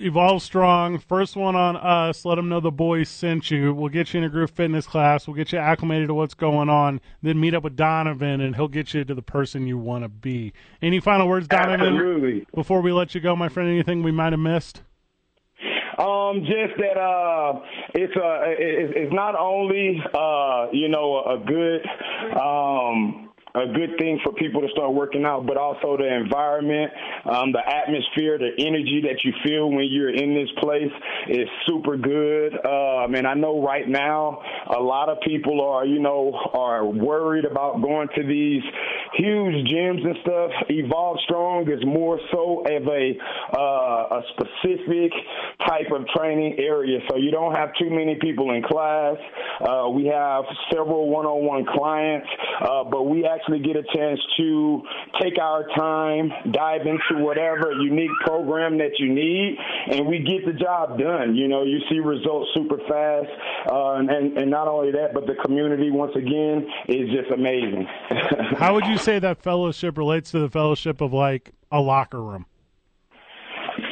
Evolve Strong, first one on us. Let them know the boys sent you. We'll get you in a group fitness class. We'll get you acclimated to what's going on. Then meet up with Donovan, and he'll get you to the person you want to be. Any final words, Donovan,
absolutely.
before we let you go, my friend? Anything we might have missed?
Um, just that uh, it's uh, it, it's not only uh, you know a good um, a good thing for people to start working out, but also the environment, um, the atmosphere, the energy that you feel when you're in this place is super good. Um, and I know right now a lot of people are you know are worried about going to these huge gyms and stuff. Evolve Strong is more so of a uh, a specific type of training area. So you don't have too many people in class. Uh, we have several one-on-one clients, uh, but we actually get a chance to take our time, dive into whatever unique program that you need, and we get the job done. You know, you see results super fast, uh, and, and and not only that, but the community once again is just amazing.
How would you say that fellowship relates to the fellowship of like a locker room?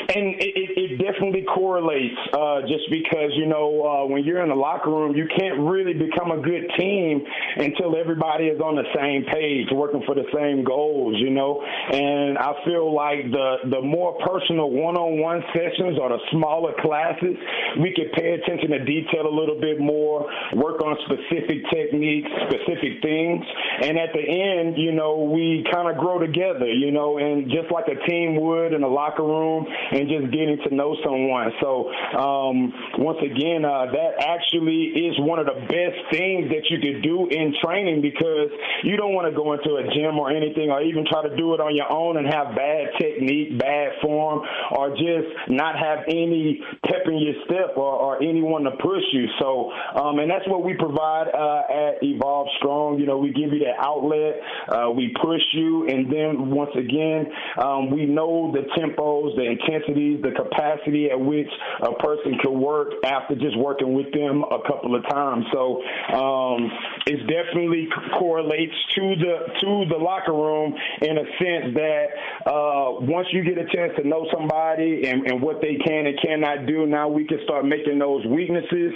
and it, it, it definitely correlates uh, just because you know uh, when you're in the locker room you can't really become a good team until everybody is on the same page working for the same goals you know and i feel like the the more personal one-on-one sessions or the smaller classes we could pay attention to detail a little bit more work on specific techniques specific things and at the end you know we kind of grow together you know and just like a team would in a locker room and just getting to know someone. So, um, once again, uh, that actually is one of the best things that you could do in training because you don't want to go into a gym or anything or even try to do it on your own and have bad technique, bad form, or just not have any pep in your step or, or anyone to push you. So, um, and that's what we provide uh, at Evolve Strong. You know, we give you that outlet, uh, we push you, and then once again, um, we know the tempos, the intensities, the capacity at which a person can work after just working with them a couple of times. So um, it definitely c- correlates to the to the locker room in a sense that uh, once you get a chance to know somebody and, and what they can and cannot do, now we can start making those weaknesses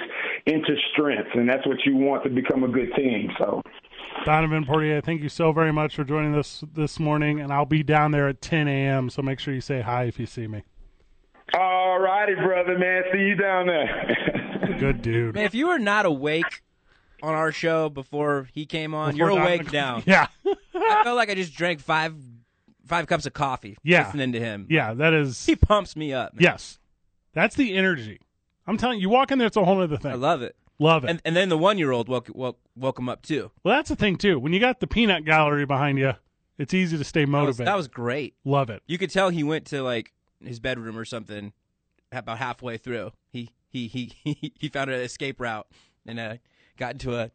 into strengths, and that's what you want to become a good team. So.
Donovan Portier, thank you so very much for joining us this morning, and I'll be down there at 10 a.m. So make sure you say hi if you see me.
All righty, brother, man. See you down there.
Good dude.
Man, if you were not awake on our show before he came on,
Before
you're
Donovan-
awake now.
Yeah,
I felt like I just drank five five cups of coffee
Yeah.
listening to him.
yeah, that is.
He pumps me up. man.
Yes, that's the energy. I'm telling you, you walk in there, it's a whole other thing.
I love it.
Love it.
And and then the one year old woke, woke woke him up too.
well, that's the thing too. When you got the peanut gallery behind you, it's easy to stay
That was,
motivated.
that was great.
love it.
You could tell he went to like his bedroom or something about halfway through. He he he he, he found an escape route and uh, got into a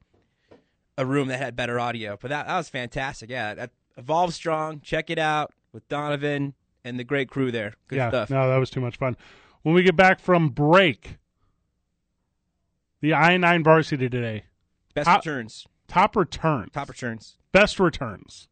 a room that had better audio. But that, that was fantastic. Yeah, that, evolve strong. Check it out with Donovan and the great crew there. Good
yeah,
stuff.
no, that was too much fun. When we get back from break, The I nine varsity today.
Best
Top-
returns.
Top returns.
Top returns.
best returns.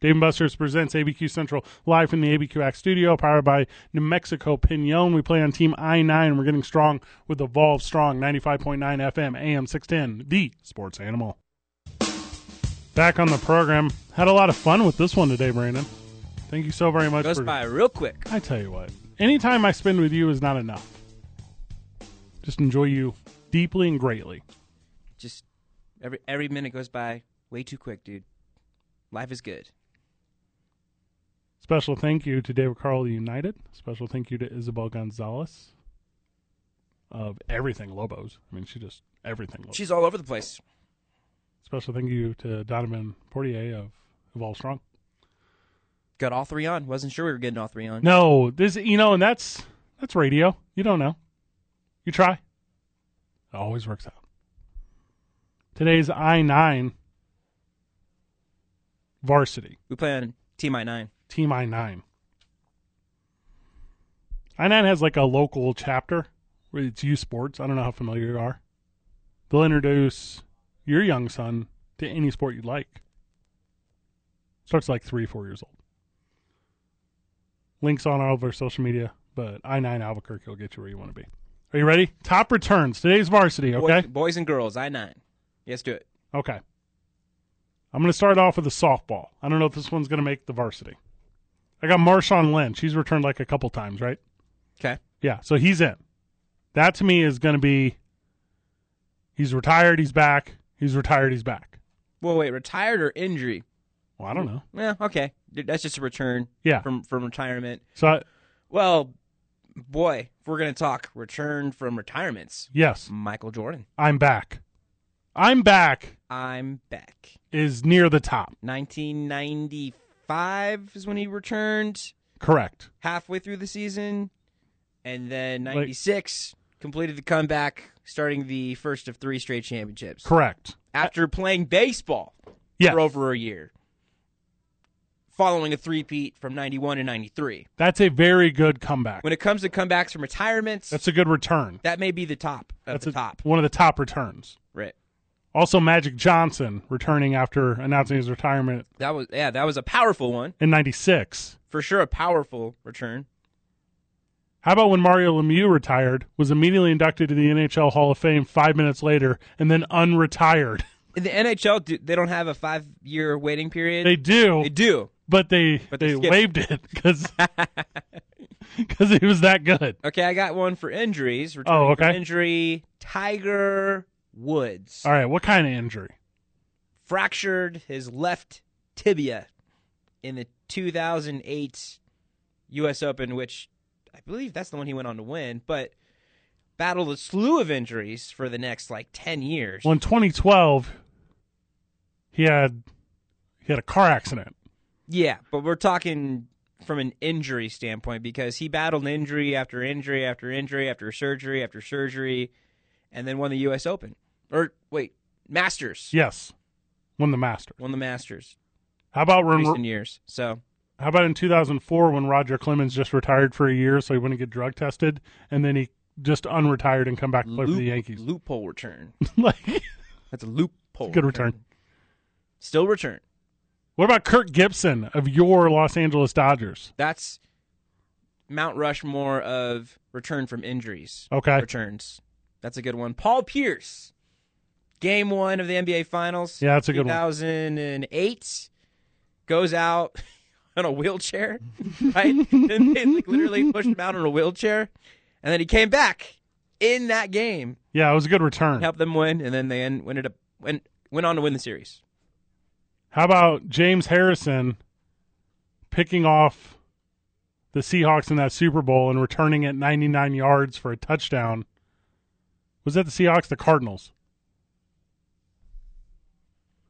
Dave and Buster's presents ABQ Central live from the ABQ Act studio, powered by New Mexico Pinon. We play on Team I 9. We're getting strong with Evolve Strong, 95.9 FM, AM 610, the sports animal. Back on the program. Had a lot of fun with this one today, Brandon. Thank you so very much.
Goes
for,
by real quick.
I tell you what, any time I spend with you is not enough. Just enjoy you deeply and greatly.
Just every every minute goes by way too quick, dude. Life is good.
Special thank you to David Carl United. Special thank you to Isabel Gonzalez of Everything Lobos. I mean, she just everything. Lobos.
She's all over the place.
Special thank you to Donovan Portier of Evolve Strong.
Got all three on. Wasn't sure we were getting all three on.
No, this you know, and that's that's radio. You don't know. You try. It always works out. Today's I nine varsity.
We play on Team I nine.
Team I nine. I nine has like a local chapter where it's U Sports. I don't know how familiar you are. They'll introduce your young son to any sport you'd like. Starts like three, four years old. Links on all of our social media, but I nine Albuquerque will get you where you want to be. Are you ready? Top returns. Today's varsity, okay?
Boy- boys and girls, I nine. Yes, do it.
Okay. I'm going to start off with a softball. I don't know if this one's going to make the varsity. I got Marshawn Lynch. He's returned like a couple times, right?
Okay.
Yeah, so he's in. That to me is going to be he's retired, he's back, he's retired, he's back.
Well, wait, retired or injury?
Well, I don't know.
Yeah, okay. Dude, That's just a return
Yeah.
from from retirement.
So, I-
Well, boy, if we're gonna talk return from retirements.
yes,
Michael Jordan,
I'm back. I'm back
I'm back.
is near the top.
1995 is when he returned,
Correct.
halfway through the season, and then
Like-
96 completed the comeback, starting the first of three straight championships
Correct.
after playing baseball
Yes.
for over a year. Following a three-peat from 91 and 93.
That's a very good comeback.
When it comes to comebacks from retirements,
That's a good return.
that may be the top of
That's
the
a-
top.
One of the top returns.
Right.
Also, Magic Johnson returning after announcing his retirement
That was yeah, that was a powerful one.
in '96.
For sure a powerful return.
How about when Mario Lemieux retired, was immediately inducted to the NHL Hall of Fame five minutes later, and then unretired?
In the NHL, do, they don't have a five year waiting period.
They do,
They do.
but they
But they
they,
skipped.
waived it because because he was that good.
Okay, I got one for injuries. Returning
Oh, okay.
from injury. Tiger Woods
All right, what kind of injury?
fractured his left tibia in the 2008 U.S. Open, which I believe that's the one he went on to win, but battled a slew of injuries for the next like 10 years.
Well, in 2012, he had he had a car accident.
Yeah, but we're talking from an injury standpoint because he battled injury after injury after injury after surgery after surgery, and then won the U.S. Open or wait, Masters.
Yes, won the Masters.
Won the Masters
How about when
recent years. So
How about in 2004 when Roger Clemens just retired for a year so he wouldn't get drug tested, and then he just unretired and come back to play for
loop-
the Yankees?
loophole return.
like,
That's a loophole.
Good return.
Still return.
what about Kirk Gibson of your Los Angeles Dodgers?
That's Mount Rushmore of return from injuries.
Okay,
returns. That's a good one. Paul Pierce, game one of the NBA Finals.
Yeah, that's a good one.
2008 goes out on a wheelchair, right? and they like, literally pushed him out on a wheelchair, and then he came back in that game,
yeah, it was a good return.
helped them win, and then they en- ended up went went on to win the series.
How about James Harrison picking off the Seahawks in that Super Bowl and returning at 99 yards for a touchdown? Was that the Seahawks? The Cardinals?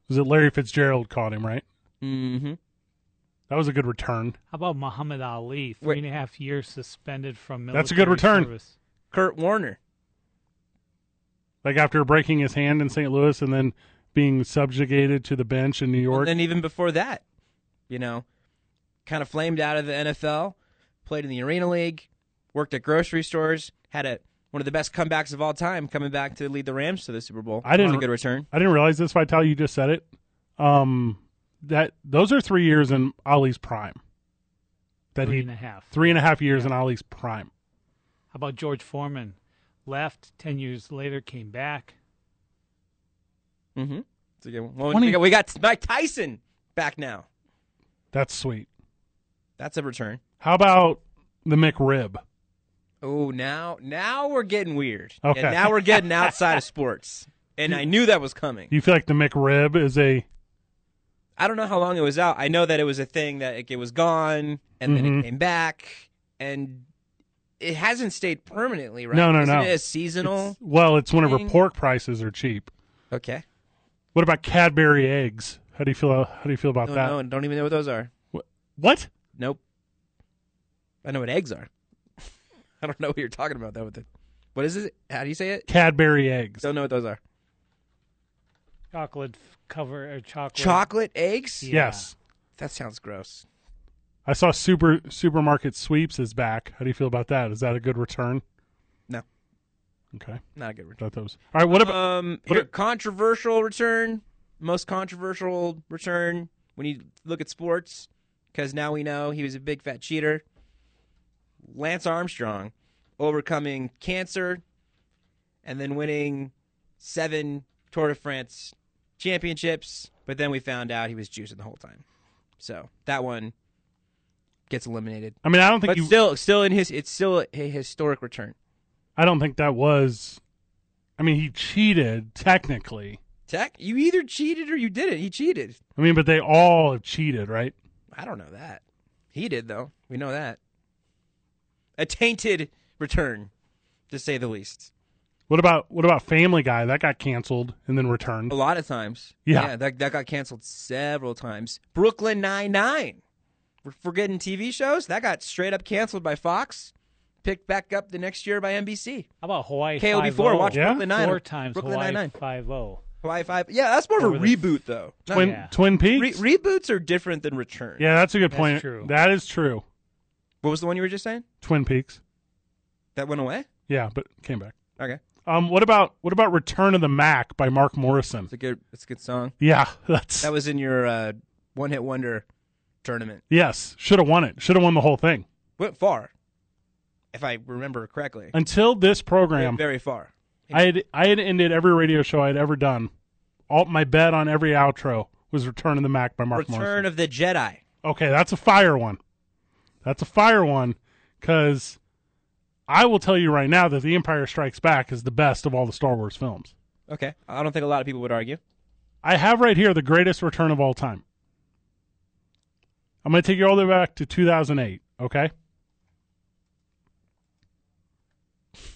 Was it Larry Fitzgerald caught him? Right.
Mm-hmm.
That was a good return.
How about Muhammad Ali?
Wait.
Three and a half years suspended from military
That's a good return.
service.
Kurt Warner,
Like after breaking his hand in St. Louis and then being subjugated to the bench in New York.
and then even before that, you know, kind of flamed out of the NFL, played in the Arena League, worked at grocery stores, had a one of the best comebacks of all time, coming back to lead the Rams to the Super Bowl.
I didn't
What a good return.
I didn't realize this Vital you just said it. Um that those are three years in Ali's prime. That
Three
he
and a half.
three and a half years in Ali's prime.
How about George Foreman? Left ten years later, came back.
Mm-hmm. It's a good one. Well,
Twenty-
we got, we got Mike Tyson back now.
That's sweet.
That's a return.
How about the McRib?
Oh, now now we're getting weird.
Okay.
And now we're getting outside of sports. And I knew that was coming.
Do you feel like the McRib is a
I don't know how long it was out. I know that it was a thing that like, it was gone and then
Mhm.
it came back and it hasn't stayed permanently, right?
No, no,
Isn't
no.
It a seasonal.
it's- well, it's whenever
thing?
pork prices are cheap.
Okay.
What about Cadbury eggs? How do you feel how do you feel about
Don't
that?
know. Don't even know what those are.
What?
Nope. I know what eggs are. I don't know what you're talking about though. With the, what is it? How do you say it?
Cadbury eggs.
Don't know what those are.
Chocolate f- cover or chocolate.
Chocolate eggs?
Yeah.
Yes.
That sounds gross.
I saw super supermarket sweeps is back. How do you feel about that? Is that a good return?
No.
Okay.
Not a good return.
Thought that was all right. What about
um
what
here,
a-
controversial return most controversial return when you look at sports because now we know he was a big fat cheater lance armstrong overcoming cancer and then winning seven tour de france championships but then we found out he was juicing the whole time so that one gets eliminated
I mean, I don't think
but
you.
still still in his it's still a historic return
I don't think that was. I mean, he cheated technically.
tech you either cheated or you didn't he cheated
I mean, but they all have cheated, right?
I don't know that. He did though. We know that. A tainted return, to say the least.
What about what about Family Guy that got canceled and then returned?
A lot of times.
Yeah.
that that got canceled several times. Brooklyn Nine Nine. We're forgetting TV shows that got straight up canceled by Fox, picked back up the next year by NBC.
How about Hawaii?
KOB four.
5-0?
Watch
Yeah.
Brooklyn Nine.
oh. Four times
Brooklyn
Hawaii
Nine Nine.
five oh. zero.
Hawaii Five. Yeah, that's more of a
Over the-
reboot though. Not-
Twin
yeah.
Twin
re-
Peaks.
reboots are different than return.
yeah, that's a good
That's
point.
true.
That is true.
What was the one you were just saying?
Twin Peaks.
That went away.
Yeah, but came back.
Okay,
Um, what about what about Return of the Mac by Mark Morrison?
it's a good. It's a good song.
Yeah, that's
That was in your uh, one hit wonder tournament.
yes. Should have won it. Should have won the whole thing.
Went far, if I remember correctly.
Until this program,
Went very far.
I had I had ended every radio show I had ever done. All my bet on every outro was "Return of the Mac" by Mark
Return
Morrison.
of the Jedi.
okay, that's a fire one. That's a fire one because I will tell you right now that The Empire Strikes Back is the best of all the Star Wars films.
Okay, I don't think a lot of people would argue.
I have right here the greatest return of all time. I'm going to take you all the way back to 2008. Okay,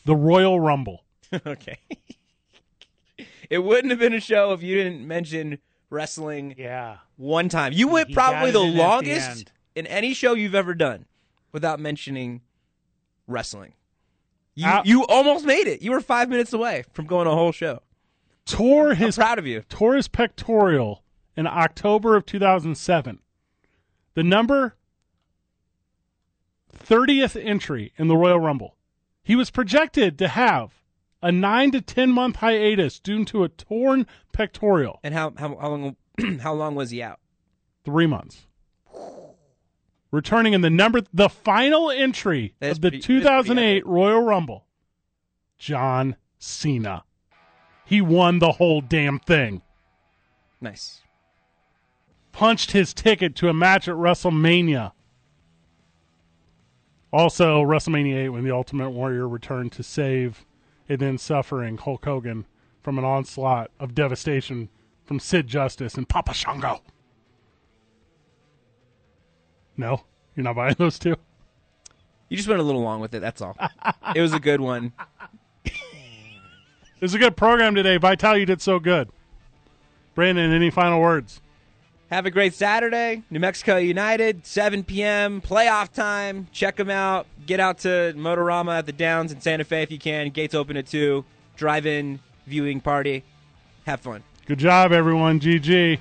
the Royal Rumble.
okay, it wouldn't have been a show if you didn't mention wrestling
Yeah.
one time. You went
He got
probably
it
the
in at the
longest
end.
in any show you've ever done without mentioning wrestling. You,
Uh,
Ow.
you almost made it. You were five minutes away from going a whole show.
Tore
I'm
his
proud of you.
tore his pectoral in October of 2007. The number 30th entry in the Royal Rumble. He was projected to have a 9 to 10 month hiatus due to a torn pectoral.
And how how, how long how long was he out?
3 months. Returning in the number the final entry
That is
of the
pretty- that is pretty
2008
epic.
Royal Rumble. John Cena. He won the whole damn thing.
Nice.
punched his ticket to a match at WrestleMania. Also, WrestleMania 8, when the Ultimate Warrior returned to save a then suffering Hulk Hogan from an onslaught of devastation from Sid Justice and Papa Shango. No, you're not buying those two.
You just went a little long with it. That's all. it was a good one.
This is a good program today. Vital, you did so good. Brandon, any final words?
Have a great Saturday. New Mexico United, 7 p.m. playoff time. Check them out. Get out to Motorama at the Downs in Santa Fe if you can. Gates open at two. Drive-in viewing party. Have fun.
Good job, everyone. GG.